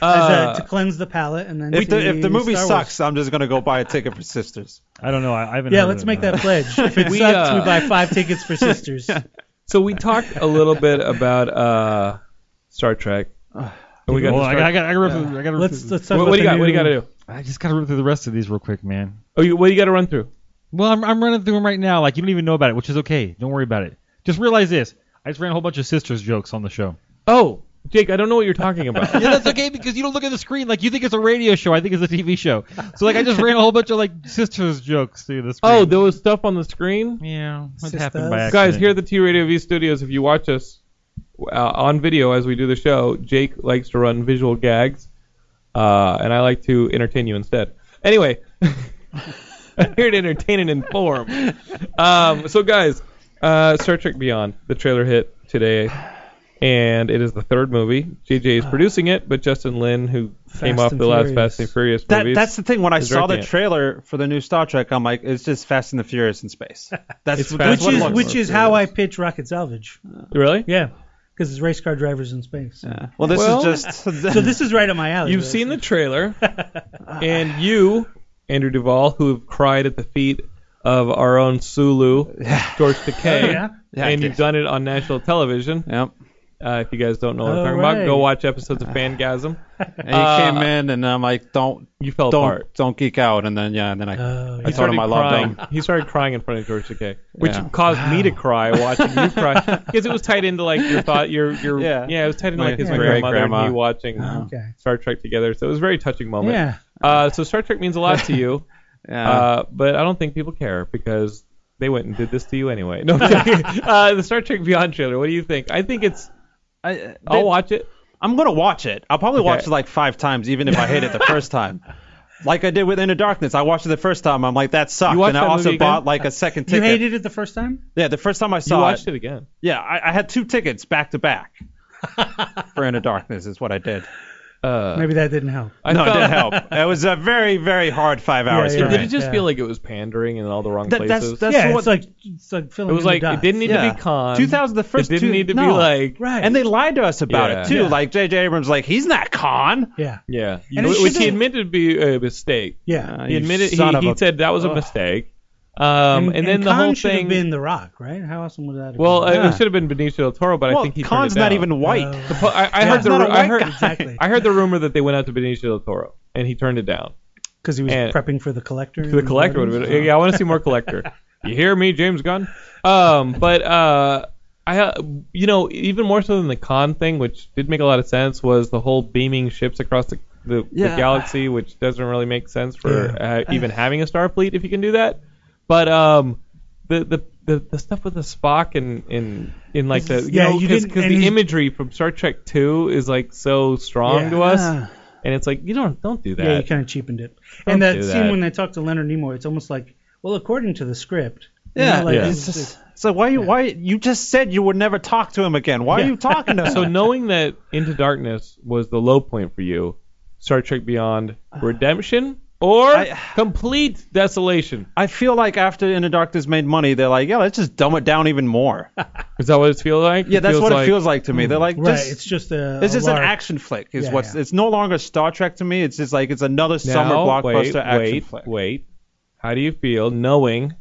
B: As a-
A: Uh,
B: to cleanse the palate and then
D: If the,
B: see
D: if the movie
B: Star Wars.
D: sucks, I'm just gonna go buy a ticket for Sisters.
C: I don't know. I, I haven't.
B: Yeah,
C: heard
B: let's
C: of
B: make
C: it. uh,
B: that pledge. If it
A: We,
B: sucks,
A: uh,
B: we buy five tickets for sisters.
A: so we talked a little bit about uh, Star Trek. And we got
C: Well,
A: to
C: I,
A: start-
C: got. I got. I got. I got
B: Let's let's talk
A: what,
B: about
A: what do you
B: the
A: got? What do you
B: new-
A: got to do?
C: I just gotta run through the rest of these real quick, man.
A: Oh, you, what do you got to run through?
C: Well, I'm, I'm running through them right now. Like you don't even know about it, which is okay. Don't worry about it. Just realize this. I just ran a whole bunch of sisters jokes on the show.
A: Oh, Jake, I don't know what you're talking about.
C: yeah, that's okay because you don't look at the screen. Like you think it's a radio show. I think it's a TV show. So like I just ran a whole bunch of like sisters jokes through the screen.
A: oh, there was stuff on the screen.
C: yeah, what
B: Sisters.
C: happened by accident.
A: Guys, here at the T Radio V studios, if you watch us uh, on video as we do the show, Jake likes to run visual gags, uh, and I like to entertain you instead. Anyway, I'm here to entertain and inform. Um, so, guys, uh, Star Trek Beyond, the trailer hit today, and it is the third movie. JJ is producing it, but Justin Lin, who came
B: Fast
A: off
B: and
A: the last
B: Furious.
A: Fast and Furious
D: That
A: movies,
D: that's the thing. When I
A: is
D: saw the
A: directing it.
D: trailer for the new Star Trek, I'm like, it's just Fast and the Furious in space. That's,
A: It's Fast
D: that's what
B: which
D: it
A: and
B: is
D: looks
B: which
D: like.
B: is how I pitch Rocket Salvage.
A: really.
B: Yeah, because it's race car drivers in space.
D: Well, this
A: Well-
D: is just.
B: So this is right up my alley.
A: You've
B: right?
A: seen the trailer, and you, Andrew Duvall, who have cried at the feet of our own Sulu, George Takei,
B: Oh, yeah?
D: Yeah, I
A: and
D: did.
A: you've done it on national television.
D: Yep.
A: Uh, if you guys don't know what I'm
B: All
A: talking about,
B: right.
A: go watch episodes of
B: Ah.
A: Fangasm.
D: And he came in, and I'm like, don't
A: You Uh, fell
D: don't
A: apart.
D: don't geek out. And then yeah, and then I
B: Oh,
D: I
B: yeah.
D: told him I loved
A: crying.
D: him.
A: He started crying in front of George Takei, which
D: Yeah.
A: caused me to cry watching you cry because it was tied into like your thought, your your yeah,
D: Yeah.
A: it was tied into
D: My-
A: like his
D: my
A: grandmother and
D: great-grandma.
A: me watching
B: Oh. Okay.
A: Star Trek together. So it was a very touching moment.
B: Yeah.
A: Uh, so Star Trek means a lot to you.
D: Yeah.
A: Uh, but I don't think people care because they went and did this to you anyway. No, I'm joking. uh, the Star Trek Beyond trailer. What do you think? I think it's.
D: I, they-
A: I'll watch it.
D: I'm gonna watch it. I'll probably watch
A: Okay.
D: it like five times, even if I hate it the first time. Like I did with Inner Darkness. I watched it the first time. I'm like, that sucked.
A: You watched
D: And I
A: that
D: also
A: movie again?
D: bought like a second
B: You
D: ticket.
B: hated it the first time?
D: Yeah, the first time I
A: You
D: saw
A: watched
D: it.
A: it again.
D: Yeah, I, I had two tickets back to back for Inner Darkness is what I did.
A: Uh,
B: Maybe that didn't help.
A: I
D: no,
A: felt-
D: it did help. It was a very, very hard five hours
B: yeah.
D: for
A: Did
D: me.
A: it just
B: Yeah.
A: feel like it was pandering in all the wrong
D: That- that's-
A: places?
D: that's
B: yeah,
D: what-
B: it's like it's like filling
A: it was
B: in the
A: like it
B: dots.
A: didn't need
D: Yeah.
A: to be con.
D: 2000, the first
A: it didn't
D: two-
A: need to
D: no.
A: be like
B: right.
D: And they lied to us about
A: Yeah.
D: it too.
B: Yeah.
D: Like J.J. Abrams, like he's not con.
B: yeah,
A: yeah,
B: And it
A: which he
B: shouldn't-
A: admitted to be a mistake.
B: yeah.
D: Uh,
A: He
D: you
A: admitted he,
D: son of
A: he
D: a-
A: said that was a
D: Ugh.
A: mistake. Um, and, then the
B: Khan
A: whole
B: should have
A: thing.
B: been The Rock, right? How awesome would that? Have
A: well,
B: been?
A: uh,
D: Yeah.
A: it should have been Benicio del Toro, but I
D: well,
A: think he
D: con's
A: turned it
D: not
A: down.
D: even white.
B: Oh.
A: The po- I, I
D: Yeah,
A: heard
D: it's
A: the
D: not a
A: ru- I
D: white
A: heard
D: guy.
B: exactly
A: I heard the rumor that they went out to Benicio del Toro and he turned it down.
B: because he was
A: and-
B: prepping for the collector.
A: The collector would have been. Yeah, I want to see more collector. You hear me, James Gunn? Um, but uh, I, uh, you know, even more so than the con thing, which did make a lot of sense, was the whole beaming ships across the the, the
D: Yeah.
A: galaxy, which doesn't really make sense for
B: Yeah.
A: uh, even having a Starfleet if you can do that. But um, the the the, the stuff with the Spock and in in like the you
B: Yeah, you
A: because
B: didn't-
A: because
B: and
A: the
B: he-
A: imagery from Star Trek Two is like so strong
B: Yeah.
A: to us,
B: Ah.
A: and it's like you don't don't do that.
B: Yeah, you kind of cheapened it.
A: Don't
B: And that
A: do
B: scene
A: that.
B: when they talk to Leonard Nimoy, it's almost like, well, according to the script. you
D: Yeah,
B: know, like,
A: Yeah.
B: this
D: it's
B: is-
D: just- so why you why you just said you would never talk to him again? Why are you talking to him?
A: so knowing that Into Darkness was the low point for you, Star Trek Beyond redemption or
D: I-
A: complete desolation?
D: I feel like after Inner Darkness made money, they're like, yeah, let's just dumb it down even more.
A: Is that what it feels like?
D: Yeah,
A: It
D: that's what it feels like to me. They're like,
B: right,
D: just,
B: it's just a.
D: it's
B: a
D: just
B: lark.
D: an action flick. Is
B: Yeah,
D: what's
B: yeah.
D: it's no longer Star Trek to me. It's just like it's another
A: Now,
D: summer blockbuster
A: wait,
D: action
A: wait,
D: flick.
A: Wait, how do you feel knowing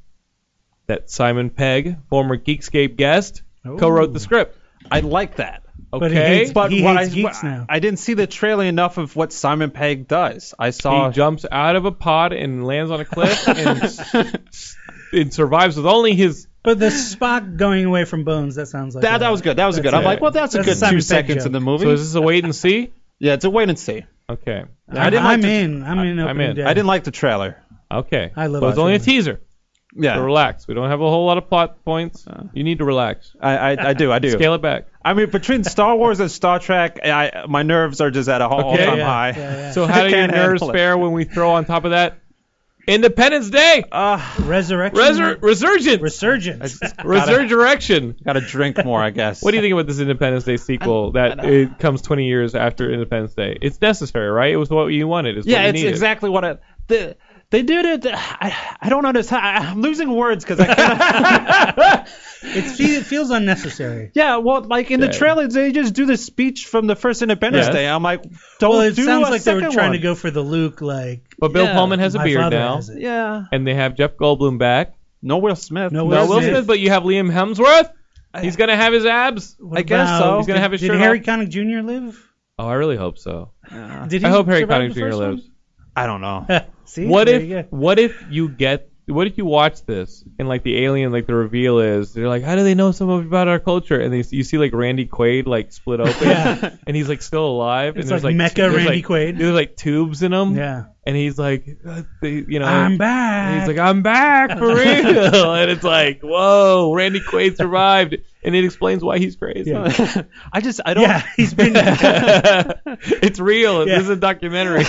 A: that Simon Pegg, former Geekscape guest,
B: Oh.
A: co-wrote the script?
D: I like that.
A: Okay,
B: But he hates-
D: But
B: He
D: what
B: hates
D: I,
B: geeks
D: what-
B: now.
D: I didn't see the trailer enough of what Simon Pegg does. I saw
A: he jumps out of a pod and lands on a cliff and, s- and survives with only his
B: But the Spock going away from Bones, that sounds like.
D: that.
B: a-
D: That was good. That was
B: That's
D: good. I'm
A: it.
D: like, well, that's,
B: That's
D: a
B: a
D: good
B: Simon
D: two
B: Pegg
D: seconds
B: joke.
D: in the movie.
A: So is this a wait and see?
D: yeah, it's a wait and see.
A: Okay.
B: I'm, I
D: didn't like
B: am
D: the-
B: in. I'm in.
A: I'm
B: opening
A: in.
B: day.
D: I didn't like the trailer.
A: Okay.
B: I love
A: But it's only a
B: Ultraman.
A: teaser.
D: Yeah,
A: So relax. We don't have a whole lot of plot points. You need to relax.
D: I, I, I do. I do.
A: Scale it back.
D: I mean, between Star Wars and Star Trek, I, my nerves are just at a all
A: Okay.
D: time
A: Yeah,
D: high.
B: yeah, yeah.
A: So how do your
D: Can't
A: nerves
D: handle it.
A: fare when we throw on top of that Independence Day,
B: Um,
D: Uh,
B: Resurrection.
A: Resur- resurgence,
B: Resurgence.
A: resurrection?
D: gotta drink more, I guess.
A: What do you think about this Independence Day sequel that it comes 20 years after Independence Day? It's necessary, right? It was what you wanted. It's
D: Yeah,
A: what you
D: it's
A: needed.
D: exactly what I. The, they did it. I, I don't understand. I, I'm losing words because I can't.
B: It's- it feels unnecessary.
D: yeah, well, like in the
A: Yeah.
D: trailer, they just do the speech from the first Independence
A: Yes.
D: Day. I'm like, don't
B: Well, it
D: do
B: sounds
D: a
B: like they were
D: second
B: trying
D: one.
B: to go for the Luke, like.
A: But Bill
D: Yeah,
A: Pullman has a
B: my
A: beard
B: father
A: now,
B: has it.
D: Yeah.
A: and they have Jeff Goldblum back.
D: No Will Smith.
B: No
A: No
B: Will
A: Will
B: Smith.
A: Smith, but you have Liam Hemsworth. He's gonna have his abs.
B: What
D: I guess
B: about-
D: so.
A: He's gonna have his
B: Did
A: shirt
B: Harry
A: off.
B: Connick Jr. live?
A: Oh, I really hope so.
D: Uh,
B: Did he
A: I hope Harry
B: survive
A: Connick
B: the
A: Jr.
B: first
A: lives.
D: I don't know.
B: one? See,
A: What
B: there
A: if
B: you go.
A: what if you get what if you watch this and like the alien like the reveal is they're like how do they know so much about our culture and they, you see like Randy Quaid like split open
B: Yeah.
A: and he's like still alive
B: It's
A: and there's
B: like
A: like,
B: Mecha
A: there's,
B: Randy
A: like-
B: Quaid.
A: there's like tubes in him
B: Yeah.
A: and he's like uh, they, you know
B: I'm
A: and
B: back.
A: he's like I'm back for real and it's like whoa Randy Quaid survived and it explains why he's crazy
B: Yeah.
D: I just, I don't.
B: yeah, he's been
A: it's real
B: Yeah.
A: this is a documentary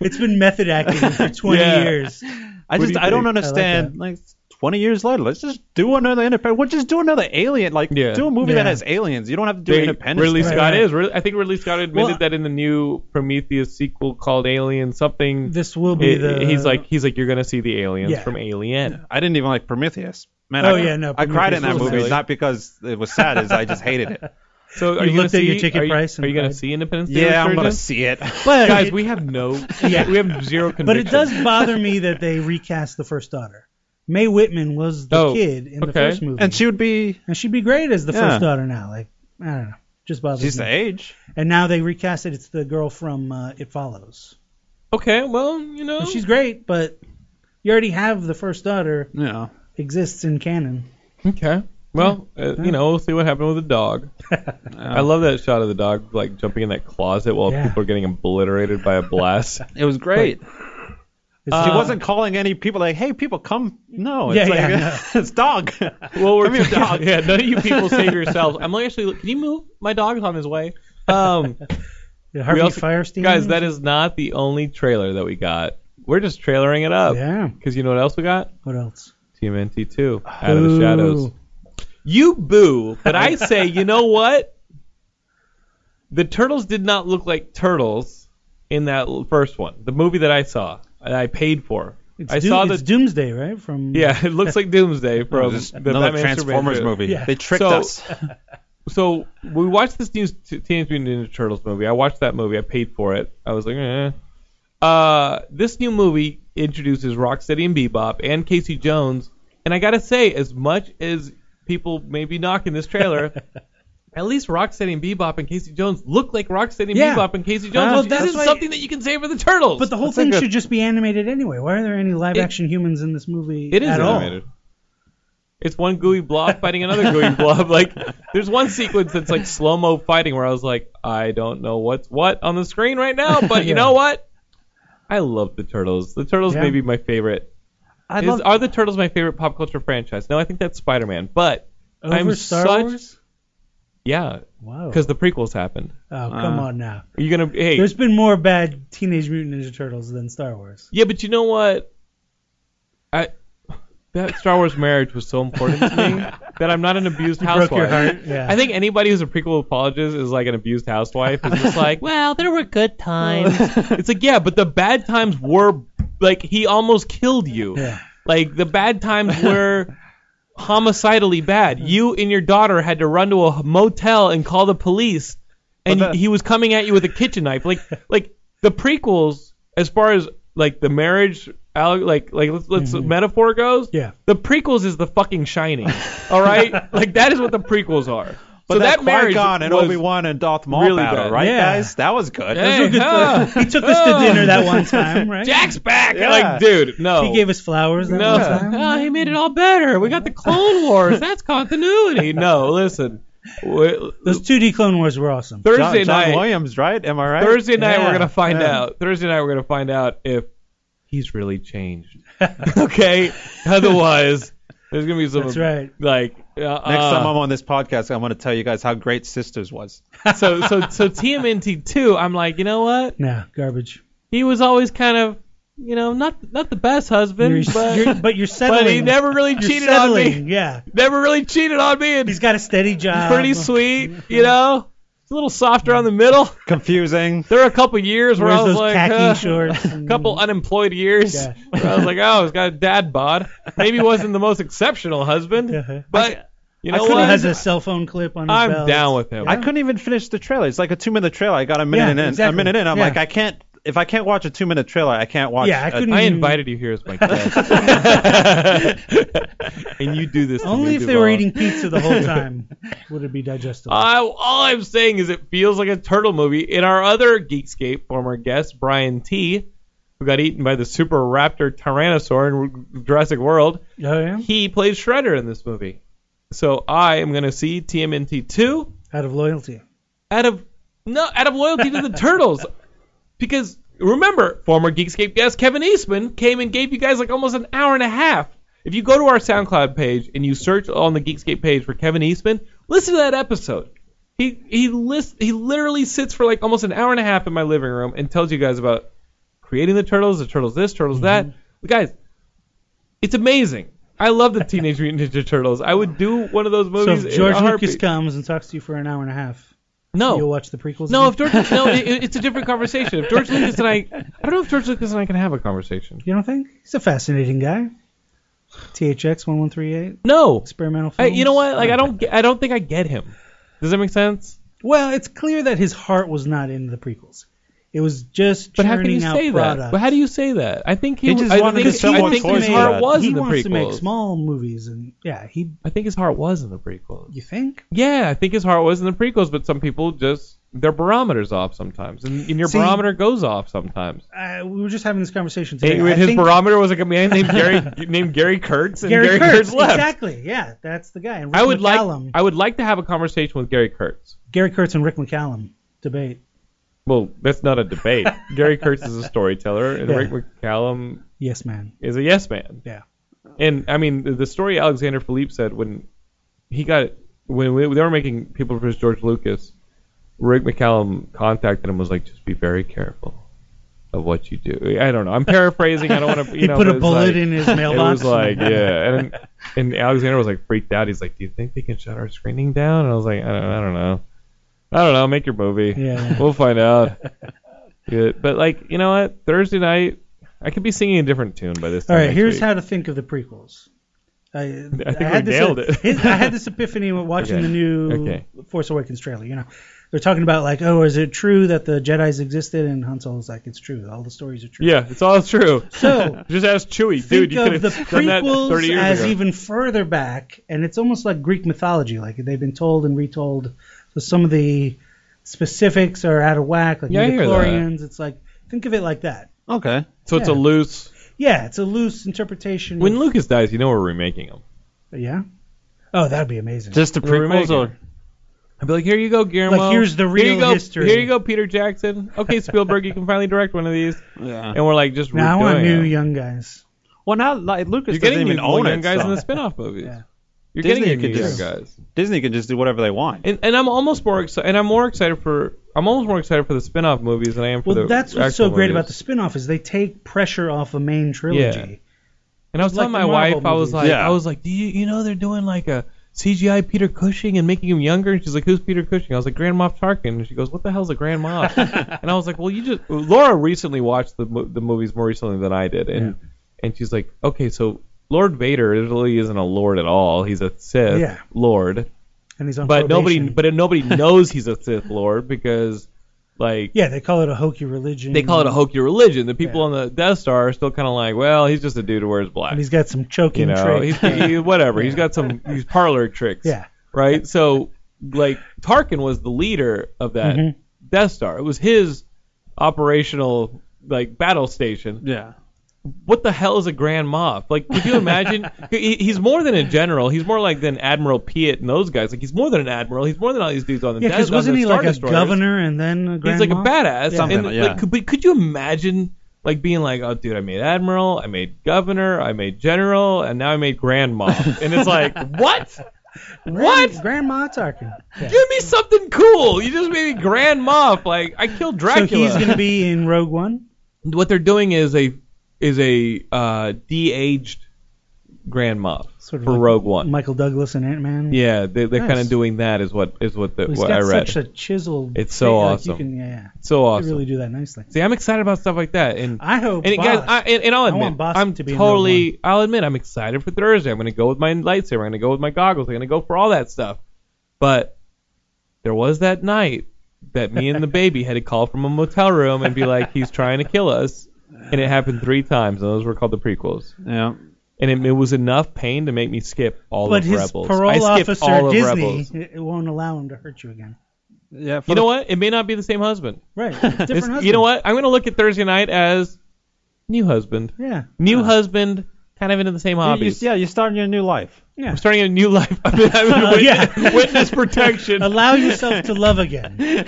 B: it's been method acting for 20
A: Yeah.
B: years.
D: I
A: What do
D: just
A: you
D: I don't
A: think? I
B: like
D: understand like, 20 years later let's just do another independent we'll just do another alien like
A: Yeah.
D: do a movie
B: Yeah.
D: that has aliens you don't have to do
A: They-
D: independence
A: Ridley
D: Day.
A: Scott
B: Right, right.
A: is. Rid- I think Ridley Scott admitted
B: Well,
A: that in the new Prometheus sequel called Alien something.
B: This will be
A: He-
B: the.
A: he's like he's like you're gonna see the aliens
B: Yeah.
A: from Alien.
D: I didn't even like Prometheus man
B: Oh,
D: I,
B: yeah, no,
D: I cried in that
A: Prometheus was
D: movie
A: silly.
D: not because it was sad is I just hated it
A: So are
B: You
A: you gonna
B: looked at
A: see,
B: your ticket
A: are you,
B: price and
A: Are you gonna
B: cried.
A: see Independence Day?
D: yeah I'm gonna
A: Resurgence?
D: see it
B: But
A: Guys, we have no.
B: Yeah.
A: we have zero conviction.
B: but it does bother me that they recast the first daughter. Mae Whitman was the
A: Oh,
B: kid in the
A: okay.
B: first movie,
D: and she would be
B: and she'd be great as the
D: Yeah.
B: first daughter now. Like I don't know, just bothers
D: she's
B: me.
D: the age
B: And now they recast it. It's the girl from uh, It Follows.
A: Okay, well you know.
B: And she's great, but you already have the first daughter
D: yeah
B: exists in canon.
A: okay. Well, uh, you know, we'll see what happened with the dog. I love that shot of the dog like jumping in that closet while
B: Yeah.
A: people are getting obliterated by a blast.
D: it was great
B: It's
A: Uh,
D: she
B: just-
D: wasn't calling any people like hey people come no it's
B: Yeah,
D: like
B: yeah,
D: it's dog
A: Well, we're
D: Come here,
A: talking-
D: dog.
A: Yeah, none of you people save yourselves. I'm actually. Can you move? My dog's on his way. Um,
B: Harvey
A: also-
B: Firestein.
A: guys, that is not the only trailer that we got. We're just trailering it up.
B: Yeah.
A: Because you know what else we got?
B: What else?
A: TMNT two out of the shadows.
B: Ooh.
A: You boo, but I say, you know what? The turtles did not look like turtles in that l- first one. The movie that I saw, and I paid for.
B: It's
A: I
B: Doom-
A: saw the
B: it's Doomsday, right? From
A: yeah. It looks like Doomsday from
D: This is
A: the
D: another
A: Batman
D: Transformers
A: Superman two.
D: movie.
B: Yeah.
D: They tricked
A: So-
D: us.
A: So we watched this new t- Teenage Mutant Ninja Turtles movie. I watched that movie. I paid for it. I was like, eh. Uh, this new movie introduces Rocksteady and Bebop and Casey Jones. And I gotta say, as much as people may be knocking this trailer, at least Rocksteady and Bebop and Casey Jones look like Rocksteady and
B: Yeah.
A: Bebop and Casey Jones.
B: Well,
A: Which
B: that's
A: isn't
B: why-
A: something that you can say for the Turtles.
B: But the whole
D: That's
B: thing
D: like a-
B: should just be animated anyway. Why are there any live action humans in this movie?
A: It is
B: at all?
A: animated. It's one gooey blob fighting another gooey blob. Like there's one sequence that's like slow mo fighting where I was like, I don't know what's what on the screen right now, but you
B: Yeah.
A: know what? I love the turtles. The turtles
B: Yeah.
A: may be my favorite.
D: I
A: Is-
D: love
A: are the turtles my favorite pop culture franchise? No, I think that's Spider Man. But
B: Over
A: I'm
B: Star
A: such-
B: Wars?
A: yeah,
B: Wow.
A: because the prequels happened.
B: oh, come
D: Uh,
B: on now.
A: Are you gonna hey?
B: There's been more bad Teenage Mutant Ninja Turtles than Star Wars.
A: Yeah, but you know what? I that Star Wars marriage was so important to me that I'm not an abused housewife.
B: broke your heart, yeah.
A: I think anybody who's a prequel apologist is like an abused housewife. Is just like, well, there were good times. it's like, yeah, but the bad times were like he almost killed you.
B: Yeah.
A: Like the bad times were homicidally bad. You and your daughter had to run to a motel and call the police, and
D: But the-
A: he was coming at you with a kitchen knife. Like, like the prequels, as far as like the marriage, alle- like, like let's, let's
D: Mm-hmm.
A: metaphor goes.
B: Yeah.
A: The prequels is the fucking shining. All right, like that is what the prequels are.
D: But
A: so
D: that,
A: that, marriage
D: Qui-Gon and
A: was,
D: Obi Wan and Darth Maul
A: really
D: battle,
A: bad.
D: right,
B: Yeah.
D: guys? That was good.
A: Hey,
D: Those were good-
A: huh,
B: He took us to
A: Oh.
B: dinner that one time, right?
A: Jack's back.
D: Yeah.
A: Like, dude, no.
B: He gave us flowers that
A: No,
B: one time.
A: oh, he made it all better. We got the Clone Wars. That's continuity. No, listen. W-
B: Those 2D Clone Wars were awesome.
D: John,
A: Thursday
D: John
A: night.
D: Williams, right? Am I right?
A: Thursday night
B: Yeah,
A: we're gonna find
D: yeah.
A: out. Thursday night we're gonna find out if he's really changed. okay. Otherwise, there's gonna be some.
B: That's right.
A: Like uh,
D: Next
A: uh,
D: time I'm on this podcast, I'm going to tell you guys how great Sisters was.
A: so so so TMNT two. I'm like, you know what?
B: Nah, garbage.
A: He was always kind of, you know, not not the best husband,
B: You're,
A: but
B: you're, but you're settling.
A: but he never really
B: you're
A: cheated on
B: settling.
A: me.
B: Yeah.
A: Never really cheated on me, and
B: He's got a steady job.
A: pretty sweet, you know. It's a little softer on the middle.
D: Confusing.
A: There were a couple years where
B: Wears
A: I was
B: those
A: like,
B: khaki
A: uh,
B: shorts.
A: a
B: and-
A: couple unemployed years.
B: Yeah.
A: Where I was like, oh, he's got a dad bod. Maybe he wasn't the most exceptional husband,
B: Uh-huh.
A: but you know
B: He
A: what?
B: has a cell phone clip on his
A: I'm
B: belt.
A: down with him.
D: I couldn't even finish the trailer. It's like a two-minute trailer. I got a minute
B: Yeah,
D: in.
B: exactly.
D: A minute in. I'm
B: Yeah.
D: like, I can't. If I can't watch a two-minute trailer, I can't watch.
B: Yeah, I
D: a-
B: couldn't
A: I
B: even-
A: invited you here as my guest, and you do Uh, this. to
B: Only
A: me,
B: if they were
A: Duval.
B: eating pizza the whole time would it be digestible.
A: I, all I'm saying is it feels like a turtle movie. In our other Geekscape, former guest Brian T, who got eaten by the Super Raptor Tyrannosaur in Jurassic World,
B: oh yeah.
A: he plays Shredder in this movie. So I am gonna see TMNT two
B: Out of loyalty.
A: out of no out of loyalty to the turtles, because remember former Geekscape guest Kevin Eastman came and gave you guys like almost an hour and a half. If you go to our SoundCloud page and you search on the Geekscape page for Kevin Eastman, listen to that episode. He he list he literally sits for like almost an hour and a half in my living room and tells you guys about creating the turtles, the turtles this, turtles that.
B: Mm-hmm.
A: Guys, it's amazing. I love the Teenage Mutant Ninja Turtles. I would do one of those
B: So
A: movies.
B: if
A: in
B: George
A: a heartbeat.
B: Lucas comes and talks to you for an hour and a half,
A: no,
B: you'll watch the prequels.
A: no, if
B: again?
A: George, no, it, it- it's a different conversation. If George Lucas and I, I don't know if George Lucas and I can have a conversation.
B: you don't think he's a fascinating guy. THX one one three eight
A: No,
B: experimental.
A: I,
B: Films.
A: you know what? Like I don't, get- I don't think I get him. Does that make sense?
B: Well, it's clear that his heart was not in the prequels. It was just
A: But how can
B: churning
A: you
B: out
A: say that?
B: products.
A: But how do you say that? I think he,
D: He just
A: I
D: wanted
A: think,
D: to
A: his-
D: sell
A: I
D: more
A: think
D: toys
A: his
D: for
A: heart
D: that.
A: was
B: he
A: in the
B: wants to make
A: prequels.
B: small movies, and yeah, he.
A: I think his heart was in the prequels.
B: You think?
A: Yeah, I think his heart was in the prequels, but some people just their barometer's off sometimes, and, and your
B: See-
A: barometer goes off sometimes.
B: Uh, we were just having this conversation today.
A: Hey,
B: I
A: his
B: think
A: barometer was like a man named Gary named Gary Kurtz, and Gary,
B: Gary, Kurtz,
A: left.
B: exactly. Yeah, that's the guy. And
A: I
B: Rick
A: would
B: McCallum,
A: like I would like to have a conversation with Gary Kurtz.
B: Gary Kurtz and Rick McCallum debate.
A: Well, that's not a debate. Gary Kurtz is a storyteller, and
B: Yeah.
A: Rick McCallum
B: Yes, man.
A: is a yes man.
B: Yeah.
A: And I mean, the- the story Alexander Philippe said when he got when we, they were making People vs. George Lucas, Rick McCallum contacted him and was like, just be very careful. of what you do. I don't know. I'm paraphrasing. I don't want to. You
B: he
A: know,
B: put
A: but
B: a
A: it's
B: bullet
A: like-
B: in his mailbox.
A: It was like, yeah, and and Alexander was like freaked out. He's like, "Do you think they can shut our screening down?" And I was like, "I don't, I don't know, I don't know. Make your movie.
B: Yeah.
A: we'll find out." Yeah, but like, you know what? Thursday night, I could be singing a different tune by this time.
B: All right,
A: next
B: here's
A: week.
B: how to think of the prequels. I, I
A: think
B: had
A: we
B: this,
A: nailed it.
B: I had this epiphany when watching
A: Okay.
B: the new
A: Okay.
B: Force Awakens trailer. You know, they're talking about like, oh, is it true that the Jedi's existed? And Han Solo's like, it's true. All the stories are true.
A: Yeah, it's all true.
B: So
A: Just ask Chewie,
B: think
A: dude. You
B: of
A: could
B: the
A: have done that 30
B: prequels
A: years
B: as
A: ago.
B: even further back, and it's almost like Greek mythology. Like they've been told and retold. So some of the specifics are out of whack. Like
A: Yeah, I hear that.
B: midichlorians. It's like think of it like that.
D: Okay.
A: so it's a
B: yeah.
A: loose.
B: Yeah, it's a loose interpretation.
A: When
B: of-
A: Lucas dies, you know we're remaking him.
B: Yeah. Oh, that'd be amazing.
D: Just the
A: We're
D: prequels
A: remaking.
D: or
A: I'd be like, here you go, Guillermo.
B: here's the
A: here
B: real
A: you go,
B: history."
A: Here you go, Peter Jackson. Okay, Spielberg, you can finally direct one of these.
D: yeah.
A: And we're like, just
B: Now I want
A: redoing
B: new
A: them.
B: young guys.
D: Well, now like Lucas
A: You're
D: doesn't
A: getting
D: even
A: even
D: own
A: young
D: it.
A: guys
D: so.
A: in the spin-off movies.
B: Yeah.
A: You're
D: Disney
A: getting
D: could
A: your new young
D: do-
A: guys.
D: Disney can just do whatever they want.
A: And, and I'm almost more excited. And I'm more excited for. I'm almost more excited for the spin-off movies than I am for
B: Well,
A: the.
B: that's what's
A: actual
B: so great
A: movies.
B: about the spin-off is they take pressure off a main trilogy.
A: And I was
B: Like
A: telling
B: the
A: my wife,
B: Marvel
A: I was
B: movies.
A: like,
D: Yeah.
A: I was like, do you you know they're doing like a CGI Peter Cushing and making him younger? And she's like, who's Peter Cushing? I was like, Grand Moff Tarkin. And she goes, what the hell's a Grand Moff? and I was like, well, you just Laura recently watched the mo- the movies more recently than I did, and and she's like, okay, so Lord Vader really isn't a lord at all. He's a Sith
B: Yeah.
A: lord,
B: And he's on
A: but nobody
B: probation.
A: but nobody knows he's a Sith lord because like
B: yeah, they call it a hokey religion.
A: they call it a hokey religion. The people
B: Yeah.
A: on the Death Star are still kind of like, well, he's just a dude who wears black
B: And he's got some choking
A: you know,
B: tricks.
A: he's, he, whatever. He's got some these parlor tricks.
B: yeah.
A: Right. So like Tarkin was the leader of that
B: Mhm.
A: Death Star. It was his operational like battle station.
D: Yeah.
A: What the hell is a Grand Moff? Like, could you imagine? he, he's more than a general. He's more like than Admiral Piet and those guys. Like, he's more than an admiral. He's more than all these dudes on the
B: Yeah,
A: Death
B: because
A: on
B: wasn't
A: the
B: he
A: Star
B: like a
A: Destroyers.
B: governor and then a grand
A: He's like a
B: moff?
A: badass.
B: Yeah.
D: Something
A: And,
D: like- yeah.
A: like, could, but could you imagine like being like, oh, dude, I made admiral, I made governor, I made general, and now I made grand moff. and it's like, what? What?
B: Grand- Grandma Tarkin. Yeah.
A: Give me something cool. You just made me grand moff. Like I killed
B: So
A: Dracula.
B: he's gonna be in Rogue One.
A: what they're doing is a is a uh, de-aged grand moff
B: Sort of
A: for
B: like
A: Rogue One.
B: Michael Douglas and Ant Man.
A: yeah, they, they're
B: Nice.
A: kind of doing that is what is what the
B: He's
A: what I
B: got
A: read.
B: such a chiseled.
A: It's so
B: like,
A: awesome.
B: You can, yeah, yeah.
A: so awesome.
B: They really do that nicely.
A: See, I'm excited about stuff like that. And
B: I hope.
A: And guys,
B: Boss-
A: I, and, and I'll
B: I
A: admit,
B: want Boss
A: I'm
B: to be in Rogue
A: totally. I'll admit, I'm excited for Thursday. I'm gonna go with my lightsaber. I'm gonna go with my goggles. I'm gonna go for all that stuff. But there was that night that me and the baby had to call from a motel room and be like, "He's trying to kill us," and it happened three times, and those were called the prequels.
D: Yeah.
A: And it, it was enough pain to make me skip all
B: but
A: of
B: his
A: Rebels. I
B: parole
A: skipped
B: officer
A: all of
B: Disney
A: Rebels.
B: it it won't allow him to hurt you again.
D: Yeah. for
A: You
D: the-
A: know what? It may not be the same husband.
B: Right. Different
A: It's-
B: husband.
A: you know what? I'm gonna look at Thursday night as new husband,
B: Yeah.
A: new husband, kind of into the same
D: You- you-
A: hobbies.
D: yeah, you're starting your new life.
B: Yeah.
A: I'm starting a new life. I mean, I'm in
B: Oh,
A: wit-
B: yeah.
A: witness protection.
B: Allow yourself to love again.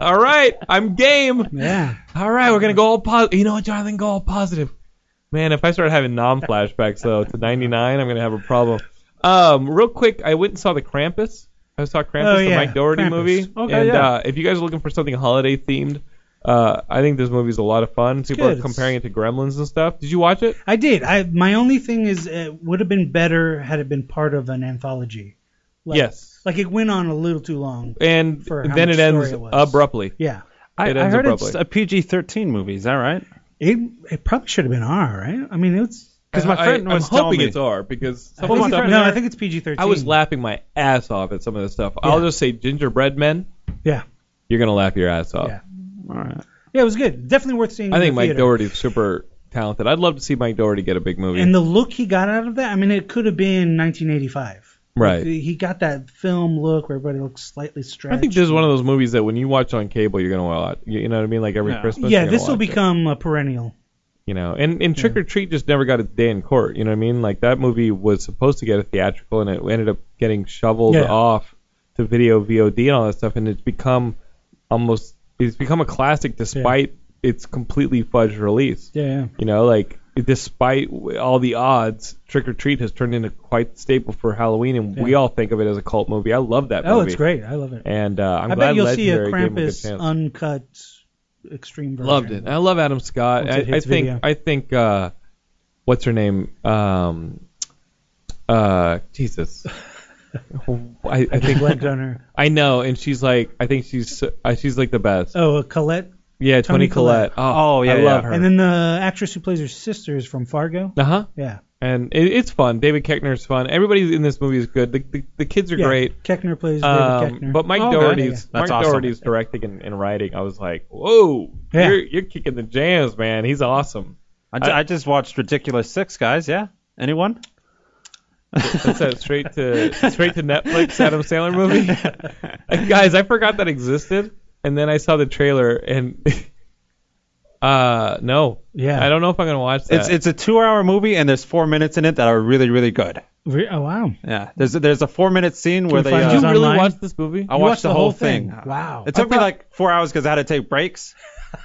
A: All right, I'm game.
B: Yeah.
A: All right, we're gonna go all positive. You know what, Jonathan? Go all positive. Man, if I start having nom flashbacks though to '99, I'm gonna have a problem. Um, real quick, I went and saw the Krampus. I saw Krampus,
B: Oh,
A: the
B: yeah,
A: Mike Doherty
B: Krampus.
A: movie.
D: Okay,
A: and
D: yeah.
A: uh, if you guys are looking for something holiday themed, uh, I think this movie's a lot of fun. People
B: good.
A: are
B: It's-
A: comparing it to Gremlins and stuff. Did you watch it?
B: I did. I my only thing is it would have been better had it been part of an anthology. Like,
A: yes.
B: Like it went on a little too long.
A: And
B: for how
A: then
B: much
A: it
B: story
A: ends
B: it was.
A: abruptly.
B: Yeah.
D: I,
A: It
D: I
A: ends
D: heard it's
A: abruptly.
D: a PG-13 movie. Is that right?
B: It it probably should have been R, right? I mean it's
D: Because my
A: I-
D: friend
A: I,
D: was
A: I'm
D: telling
A: hoping
D: me.
A: it's R because some
D: Well,
A: of the
D: my
A: stuff
D: friend-
B: no, I think it's PG thirteen.
A: I was laughing my ass off at some of the stuff. I'll
B: Yeah.
A: just say gingerbread men,
B: Yeah.
A: you're gonna laugh your ass off.
B: Yeah.
D: All right.
B: Yeah, it was good. Definitely worth seeing.
A: I
B: in
A: think
B: the
A: Mike
B: theater.
A: Doherty's super talented. I'd love to see Mike Doherty get a big movie.
B: And the look he got out of that, I mean, it could have been 1985.
A: Right.
B: He got that film look where everybody looks slightly stretched.
A: I think this is one of those movies that when you watch on cable, you're gonna watch. You, you know what I mean? Like every
D: Yeah.
A: Christmas.
B: Yeah,
A: you're
B: this
A: gonna
B: will
A: watch it,
B: become a perennial.
A: you know, and and Trick or Treat just never got its day in court. You know what I mean? Like that movie was supposed to get a theatrical, and it ended up getting shoveled
B: Yeah.
A: off to video VOD and all that stuff, and it's become almost it's become a classic despite its completely fudged release.
B: Yeah, yeah.
A: You know, like despite w- all the odds, Trick or Treat has turned into quite the staple for Halloween, and we all think of it as a cult movie. I love that
B: Oh,
A: movie.
B: it's great. I love it.
A: And uh, I'm
B: I
A: glad
B: bet you'll see a
A: Legendary gave him a good
B: Krampus
A: chance.
B: uncut extreme version.
A: Loved it. And I love Adam Scott.
B: Once
A: I,
B: it
A: I
B: hits
A: think
B: video.
A: I think uh, what's her name? Um, uh, Jesus. I, I
B: I blanked
A: think
B: on her.
A: I know, and she's like I think she's uh, she's like the best.
B: Oh, Colette.
A: yeah, Tony,
B: Toni
A: Collette.
B: Collette.
A: Oh,
D: Oh, yeah,
A: I
D: yeah.
A: love her.
B: And then the actress who plays her sister is from Fargo.
A: uh huh.
B: Yeah.
A: And it, it's fun. David Keckner's fun. Everybody in this movie is good. The the, the kids are
B: yeah.
A: great.
B: Keckner plays David
A: Um,
B: Keckner.
A: but Mike
D: Oh, okay.
A: Doherty's
D: Yeah, yeah.
A: Mike
D: That's awesome.
A: Doherty's directing and, and writing. I was like, whoa,
B: Yeah.
A: you're you're kicking the jams, man. He's awesome.
D: I, ju-
A: I-
D: I just watched Ridiculous Six, guys. Yeah. Anyone?
A: That's that straight to straight to Netflix Adam Sandler movie. Like, Guys, I forgot that existed, and then I saw the trailer, and uh, no,
B: Yeah.
A: I don't know if I'm gonna watch that.
D: It's it's a two-hour movie and there's four minutes in it that are really really good.
B: Re- oh wow.
D: Yeah. There's there's a four-minute scene where
B: Can
D: they.
B: we
A: Did
B: find
A: you
B: it's
D: Uh,
B: on-
A: really
B: online?
A: watch this movie?
D: I
B: You
D: watched the whole thing.
B: Wow.
D: It took
A: I
D: me
A: thought-
D: like four hours because I had to take breaks.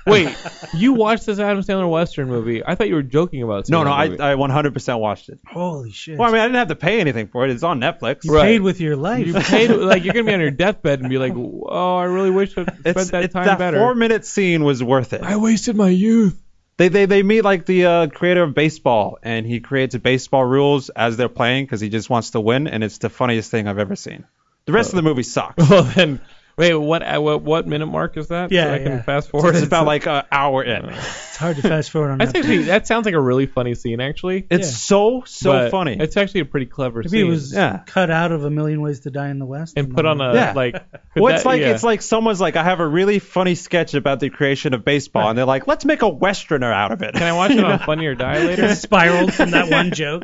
A: Wait, you watched this Adam Sandler western movie? I thought you were joking about.
D: No,
A: seeing
D: no,
A: that
D: I,
A: movie.
D: I 100% watched it.
B: Holy shit.
D: Well, I mean, I didn't have to pay anything for it. It's on Netflix.
B: you
A: Right.
B: paid with your life.
A: you paid like you're gonna be on your deathbed and be like, oh, I really wish I spent
D: It's,
A: that
D: it's-
A: time
D: that
A: better.
D: four-minute scene was worth it.
A: wasted my youth.
D: They they they meet like the uh, creator of baseball, and he creates baseball rules as they're playing because he just wants to win, and it's the funniest thing I've ever seen. The rest of the movie sucks.
A: Well then, wait, what uh, what what minute mark is that?
B: Yeah,
A: so I can
B: yeah.
A: fast forward.
D: it's about like an hour in.
B: it's hard to fast forward on
A: That's
B: that.
A: actually that sounds like a really funny scene actually.
D: It's
B: Yeah.
D: so so
A: But
D: funny.
A: It's actually a pretty clever
B: Maybe it
A: scene.
B: was
D: Yeah.
B: cut out of A Million Ways to Die in the West.
A: and put on a
D: Yeah.
A: like. could
D: well, it's
A: that-
D: like
A: yeah.
D: it's like someone's like, I have a really funny sketch about the creation of baseball, and they're like, let's make a westerner out of it.
A: Can I watch it on Funny or Die later?
B: spiraled from that one joke.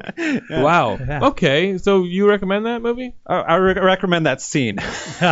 A: Wow.
B: Yeah.
A: Okay, so you recommend that movie?
D: I, I re- recommend that scene.
B: Oh,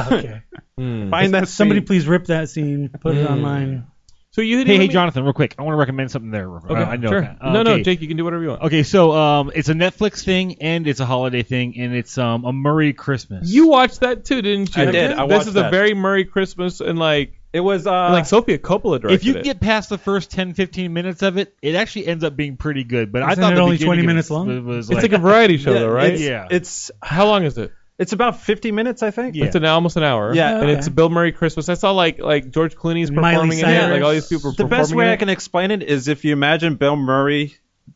A: Hmm.
B: okay.
D: Find that
B: Somebody
D: scene.
B: please rip that scene, put it online.
A: So you didn't
C: Hey,
A: even
C: hey,
A: make-
C: Jonathan, real quick. I want to recommend something there. real quick.
A: Okay,
C: Uh, I know
A: sure.
C: that. Uh,
A: No, no,
C: okay.
A: Jake, you can do whatever you
D: Oh,
A: want.
C: Okay, so um, it's a Netflix thing and it's a holiday thing and it's um a Murray Christmas.
A: Oh, You watched that too, didn't you?
D: I did. I
A: this
D: watched
A: is a
D: that.
A: very Murray Christmas and like
D: It was uh,
A: and, like Sophia Coppola directed
C: if you
A: it.
C: get past the first 10, 15 minutes of it, it actually ends up being pretty good. But
B: Isn't
C: I thought
B: it
C: the
B: only
C: beginning
B: 20
C: of it
B: minutes long?
C: was- was
A: it's like
C: like-
A: a variety show,
D: yeah,
A: though, right?
D: It's,
C: Yeah.
D: It's
A: How long is it?
D: it's about 50 minutes, I think.
C: Yeah.
A: It's an almost an hour.
D: Yeah.
A: And it's Bill Murray Christmas. I saw like like George Clooney's
B: Miley
A: performing in it.
B: Cyrus.
A: Like all these people
D: The
A: performing
D: best way
A: in
D: I
A: it.
D: can explain it is if you imagine Bill Murray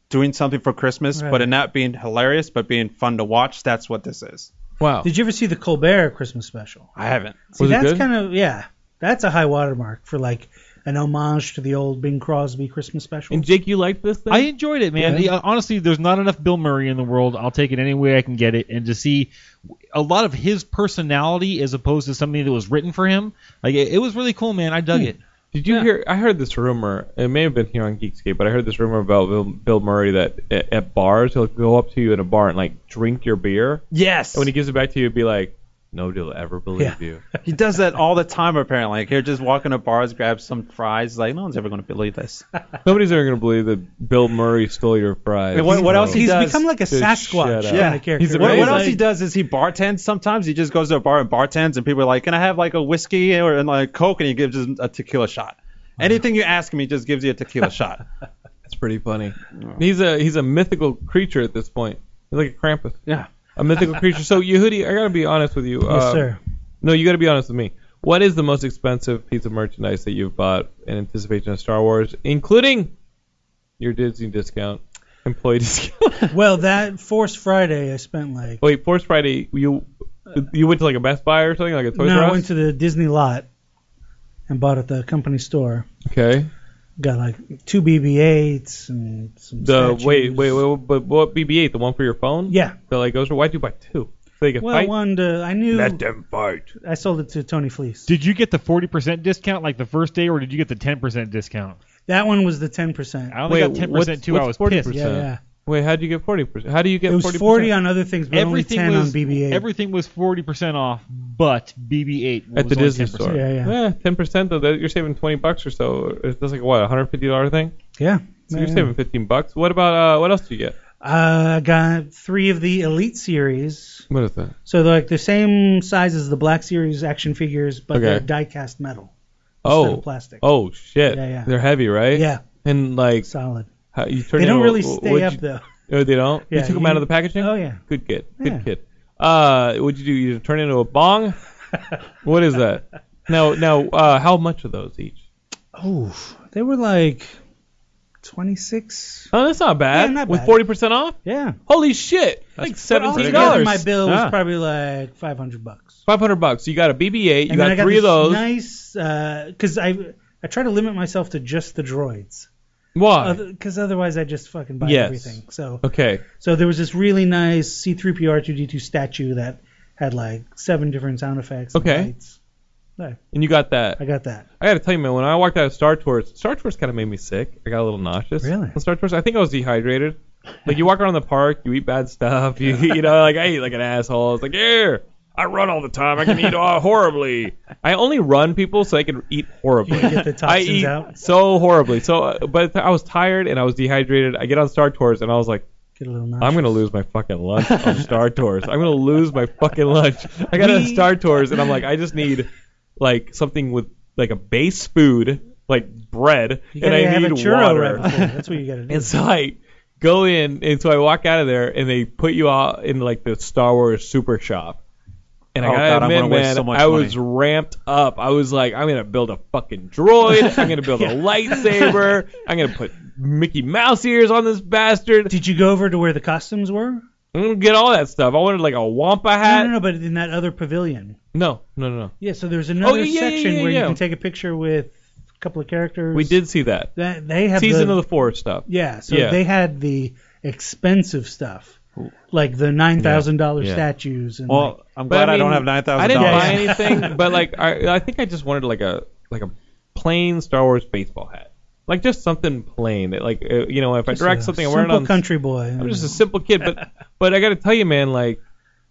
D: doing something for Christmas,
B: Right.
D: but it not being hilarious, but being fun to watch. That's what this is.
A: Wow.
B: Did you ever see the Colbert Christmas special?
D: I haven't.
B: See,
A: Was it
B: that's
A: good?
B: kind of yeah. That's a high watermark for like an homage to the old Bing Crosby Christmas special.
A: and Jake, you liked this thing?
C: I enjoyed it, man.
B: Yeah.
C: Yeah, Honestly, there's not enough Bill Murray in the world. I'll take it any way I can get it, and to see a lot of his personality as opposed to something that was written for him, like it, it was really cool, man. I dug it.
A: Did you hear? I heard this rumor. It may have been here on Geekscape, but I heard this rumor about Bill, Bill Murray that at, at bars he'll go up to you in a bar and like drink your beer,
D: Yes.
A: and when he gives it back to you, be like, "Nobody will ever believe
B: Yeah.
A: you."
D: He does that all the time, apparently. Like, he'll just walk into bars, grab some fries. Like, no one's ever going to believe this.
A: Nobody's ever gonna believe that Bill Murray stole your fries.
D: And what- what else he
B: he's
D: does-
B: become like a
A: Dude,
B: Sasquatch
A: shut up.
B: kind
D: Yeah.
B: of character.
A: He's a-
D: What,
A: Amazing.
D: what else he
B: Like,
D: does is he bartends sometimes. He just goes to a bar and bartends, and people are like, Can I have like a whiskey or and like Coke? And he gives us a tequila shot. Anything you ask him, he just gives you a tequila shot.
A: That's pretty funny. He's a he's a mythical creature at this point. He's like a Krampus.
D: Yeah.
A: A mythical creature. So Yehudi, I gotta be honest with you.
B: Yes,
A: uh,
B: sir.
A: No, you got to be honest with me. What is the most expensive piece of merchandise that you've bought in anticipation of Star Wars, including your Disney discount, employee discount?
B: Well, that Force Friday, I spent like
A: Wait, Force Friday, you you went to like a Best Buy or something, like a Toys
B: no,
A: R Us?
B: I went to the Disney lot and bought at the company store.
A: okay.
B: Got like two BB-8s and some.
A: The
B: statues.
A: wait, wait, wait, but what BB-8? The one for your phone?
B: Yeah.
A: So like those are why'd you buy two? So they could
B: Well,
A: fight.
B: one to I knew
A: them fight.
B: I sold it to Tony Fleece.
C: Did you get the 40% discount like the first day, or did you get the 10% discount?
B: That one was the 10%.
C: I only
A: Wait,
C: got 10%
A: what's-
C: too. I was
A: what's 40%?
C: pissed.
B: yeah, yeah.
A: Wait, how'd you get forty percent? How do you get
B: It was
A: 40%?
B: 40 on other things, but
C: Everything
B: only 10
C: was
B: on BB-8.
C: everything was 40% off, but BB-8 was
A: at the
C: only
A: Disney
C: 10%.
A: store. Eh,
B: Yeah, yeah.
A: Ten percent though, that- you're saving twenty bucks or so. That's like what, a hundred fifty dollar thing?
B: yeah.
A: So
B: yeah,
A: you're saving 15 bucks. What about uh, what else do you get?
B: Uh, I got three of the Elite series.
A: What is that?
B: So they're like the same size as the Black Series action figures, but
A: Okay.
B: they're die-cast metal instead
A: Oh,
B: of plastic.
A: oh shit.
B: Yeah, yeah.
A: They're heavy, right?
B: Yeah,
A: And like
B: solid.
A: how, you turn
B: They don't
A: into-
B: really
A: wh-
B: stay
A: what'd
B: up
A: you-
B: though.
A: Oh, they don't. you
B: Yeah,
A: took them
B: you-
A: out of the packaging.
B: Oh yeah.
A: Good kid.
B: Yeah.
A: Good kid. Uh, what'd you do? You turn it into a bong? what is that? Now, now, uh, how much are those each?
B: Oh, they were like 26.
A: Oh, that's not bad.
B: Yeah, not
A: With
B: bad.
A: 40% off?
B: Yeah.
A: Holy shit. like
B: But all
A: $17.
B: together, my bill was
A: Ah.
B: probably like 500 bucks.
A: 500 bucks. You got a BB-8. You
B: and then
A: got,
B: I got
A: three
B: this
A: of those.
B: nice because I I try to limit myself to just the droids
A: Why?
B: because otherwise I just fucking buy
A: Yes.
B: everything. So
A: okay.
B: so there was this really nice C3PO R2D2 statue that had like seven different sound effects. and
A: Okay.
B: lights. There,
A: And you got that.
B: I got that.
A: I gotta tell you, man, when I walked out of Star Tours, Star Tours kind of made me sick. I got a little nauseous.
B: Really?
A: On Star Tours, I think I was dehydrated. Like you walk around the park, you eat bad stuff. You, you know, like I eat like an asshole. It's like, yeah, I run all the time. I can eat all horribly. I only run people so I can eat horribly.
B: You get the
A: I
B: toxins
A: eat
B: out.
A: so horribly. So, uh, but I was tired and I was dehydrated. I get on Star Tours and I was like,
B: Get a little nauseous.
A: I'm gonna lose my fucking lunch on Star Tours. I'm gonna lose my fucking lunch. I got on Star Tours and I'm like, I just need like something with like a base food, like bread,
B: You
A: and
B: gotta
A: I
B: have
A: need
B: a churro
A: water.
B: right before. That's what you gotta do.
A: and so I go in, and so I walk out of there, and they put you out in like the Star Wars Super Shop. And I
D: Oh,
A: gotta
D: God, I'm
A: admit,
D: gonna waste
A: man,
D: so much
A: I was ramped up. I was like, I'm gonna build a fucking droid. I'm gonna build a lightsaber. I'm gonna put Mickey Mouse ears on this bastard.
B: Did you go over to where the costumes were?
A: I'm gonna get all that stuff. I wanted like a Wampa
B: No,
A: hat.
B: no, no, but in that other pavilion.
A: No, no, no. no.
B: Yeah, so there's another
A: Oh, yeah, yeah,
B: section
A: yeah,
B: where
A: yeah.
B: you can take a picture with a couple of characters.
A: We did see that.
B: That, they have
A: Season
B: the,
A: of the Forest stuff.
B: Yeah, so
A: Yeah.
B: they had the expensive stuff, like the nine thousand dollars
A: Yeah.
B: statues and like,
D: Well, I'm
A: But
D: glad I,
A: I mean,
D: don't have nine
A: I
D: thousand
A: didn't
D: dollars.
A: buy
B: Yeah, yeah.
A: anything, but like I, I think I just wanted like a like a plain Star Wars baseball hat, like just something plain. That like uh, you know if I direct
B: a
A: something, I wear it
B: simple
A: on.
B: country boy.
A: I'm just a simple kid, but but I gotta tell you, man, like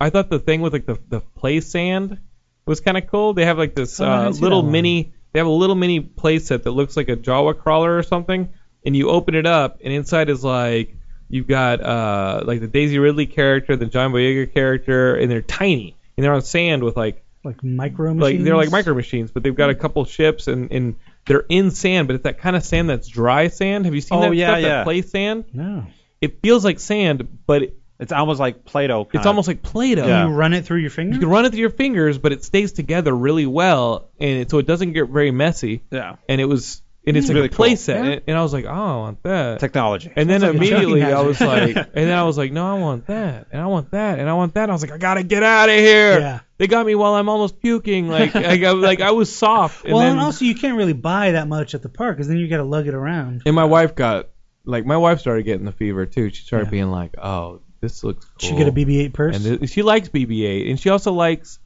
A: I thought the thing with like the the play sand was kind of cool. They have like this
B: Oh, I
A: uh,
B: didn't see
A: little
B: that one.
A: mini. They have a little mini play set that looks like a Jawa crawler or something, and you open it up, and inside is like you've got uh like the Daisy Ridley character, the John Boyega character, and they're tiny, and they're on sand with like
B: like micro machines. Mm.
A: like they're like micro machines, but they've got a couple ships and and they're in sand, but it's that kind of sand that's dry sand. Have you seen
D: Oh,
A: that
D: yeah,
A: stuff?
D: yeah.
A: That play sand.
B: No,
A: It feels like sand, but it,
D: It's almost like Play-Doh.
A: it's almost like Play-Doh.
D: Yeah.
B: you run it through your finger.
A: You can run it through your fingers, but it stays together really well, and it, so it doesn't get very messy.
D: yeah
A: And it was, and it's
D: Mm.
A: like
D: Really
A: a play
D: cool.
A: set, and, and I was like, oh, I want that.
D: technology.
A: and then
B: Sounds like a
A: immediately
B: choking
A: I was like,
B: hazard.
A: and then I was like, no, I want that, and I want that, and I want that. I was like, I gotta get out of here.
B: Yeah.
A: They got me while I'm almost puking. Like, I, I, like I was soft. And
B: well,
A: then,
B: and also you can't really buy that much at the park because then you got to lug it around.
A: and my wife got, like, my wife started getting the fever too. She started
B: Yeah.
A: being like, oh, this looks cool.
B: Should get a BB-8 purse.
A: and th- she likes BB-8, and she also likes.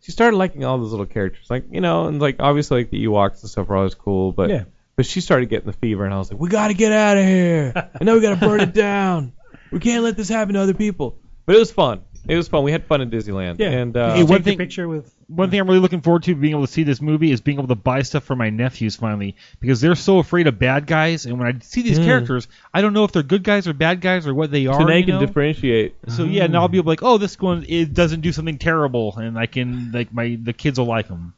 A: She started liking all those little characters, like you know, and like obviously like the Ewoks and stuff were always cool, but
B: Yeah.
A: but she started getting the fever, and I was like, we gotta get out of here. I know we gotta burn it down. We can't let this happen to other people. But it was fun. It was fun. We had fun in Disneyland.
B: Yeah.
A: And
B: Did
A: uh,
B: you
C: Hey, one
B: take the
C: thing-
B: picture with.
C: One thing I'm really looking forward to being able to see this movie is being able to buy stuff for my nephews finally because they're so afraid of bad guys. And when I see these characters, I don't know if they're good guys or bad guys or what they are.
A: so now you
C: you
A: can
C: know?
A: differentiate.
C: So yeah, now I'll be able to like, oh, this one it doesn't do something terrible, and I can like my the kids will like them.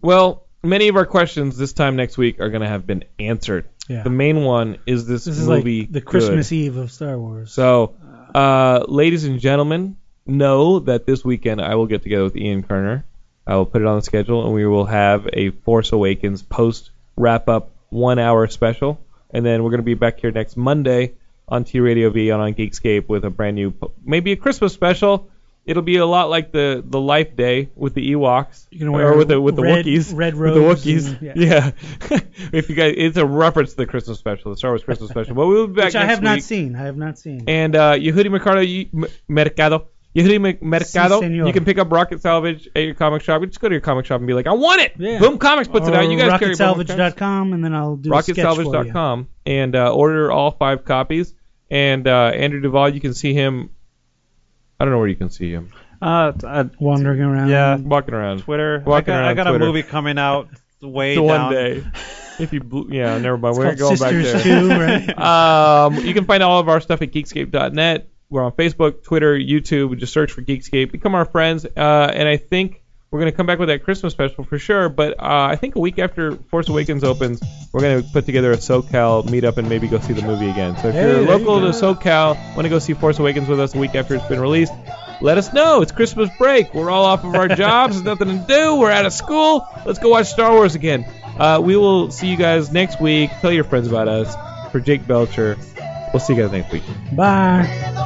A: Well, many of our questions this time next week are gonna have been answered.
B: Yeah.
A: The main one is this,
B: This is
A: movie
B: like the
A: good?
B: Christmas Eve of Star Wars.
A: So, uh, ladies and gentlemen, know that this weekend I will get together with Ian Kerner. I will put it on the schedule, and we will have a Force Awakens post wrap up one hour special. And then we're going to be back here next Monday on T Radio V and on Geekscape with a brand new, maybe a Christmas special. It'll be a lot like the, the Life Day with the Ewoks,
B: You can wear
A: or with the with the
B: red-
A: Wookiees,
B: red
A: with
B: robes
A: the Wookiees.
B: and- yeah.
A: yeah, if you guys, it's a reference to the Christmas special, the Star Wars Christmas special. But we'll be back
B: Which
A: next
B: I have
A: week.
B: not seen. I have not seen.
A: And uh, Yehudi Mercado, you- M- Mercado, Yehudi Mer- Mercado,
B: señor.
A: you can pick up Rocket Salvage at your comic shop. Just go to your comic shop and be like, I want it.
B: Yeah.
A: Boom Comics puts it out. You guys
B: Rocket
A: carry Boom Comics.
B: Salvage.com, and then I'll do a sketch for you.
A: RocketSalvage.com and uh, order all five copies. And uh, Andrew Duvall, you can see him. I don't know where you can see him.
D: Uh, t- uh,
B: Wandering around.
D: Yeah.
A: Walking around.
D: Twitter.
A: Walking
D: I got, I
A: around
D: got
A: Twitter.
D: a movie coming out way
A: The
D: down.
A: one day. If you, bl- yeah, never mind. We're going
B: Called
A: back
B: Sisters
A: there.
B: too, right?
A: um, you can find all of our stuff at geekscape.net. We're on Facebook, Twitter, YouTube. Just search for Geekscape. Become our friends. Uh, and I think we're going to come back with that Christmas special for sure. But uh, I think a week after Force Awakens opens, we're going to put together a SoCal meetup and maybe go see the movie again. So if
B: there
A: you're
B: you
A: local
B: go.
A: to SoCal, want to go see Force Awakens with us a week after it's been released, let us know. It's Christmas break. We're all off of our jobs. There's nothing to do. We're out of school. Let's go watch Star Wars again. Uh, we will see you guys next week. Tell your friends about us. For Jake Belcher, we'll see you guys next week.
B: Bye.
E: Bye.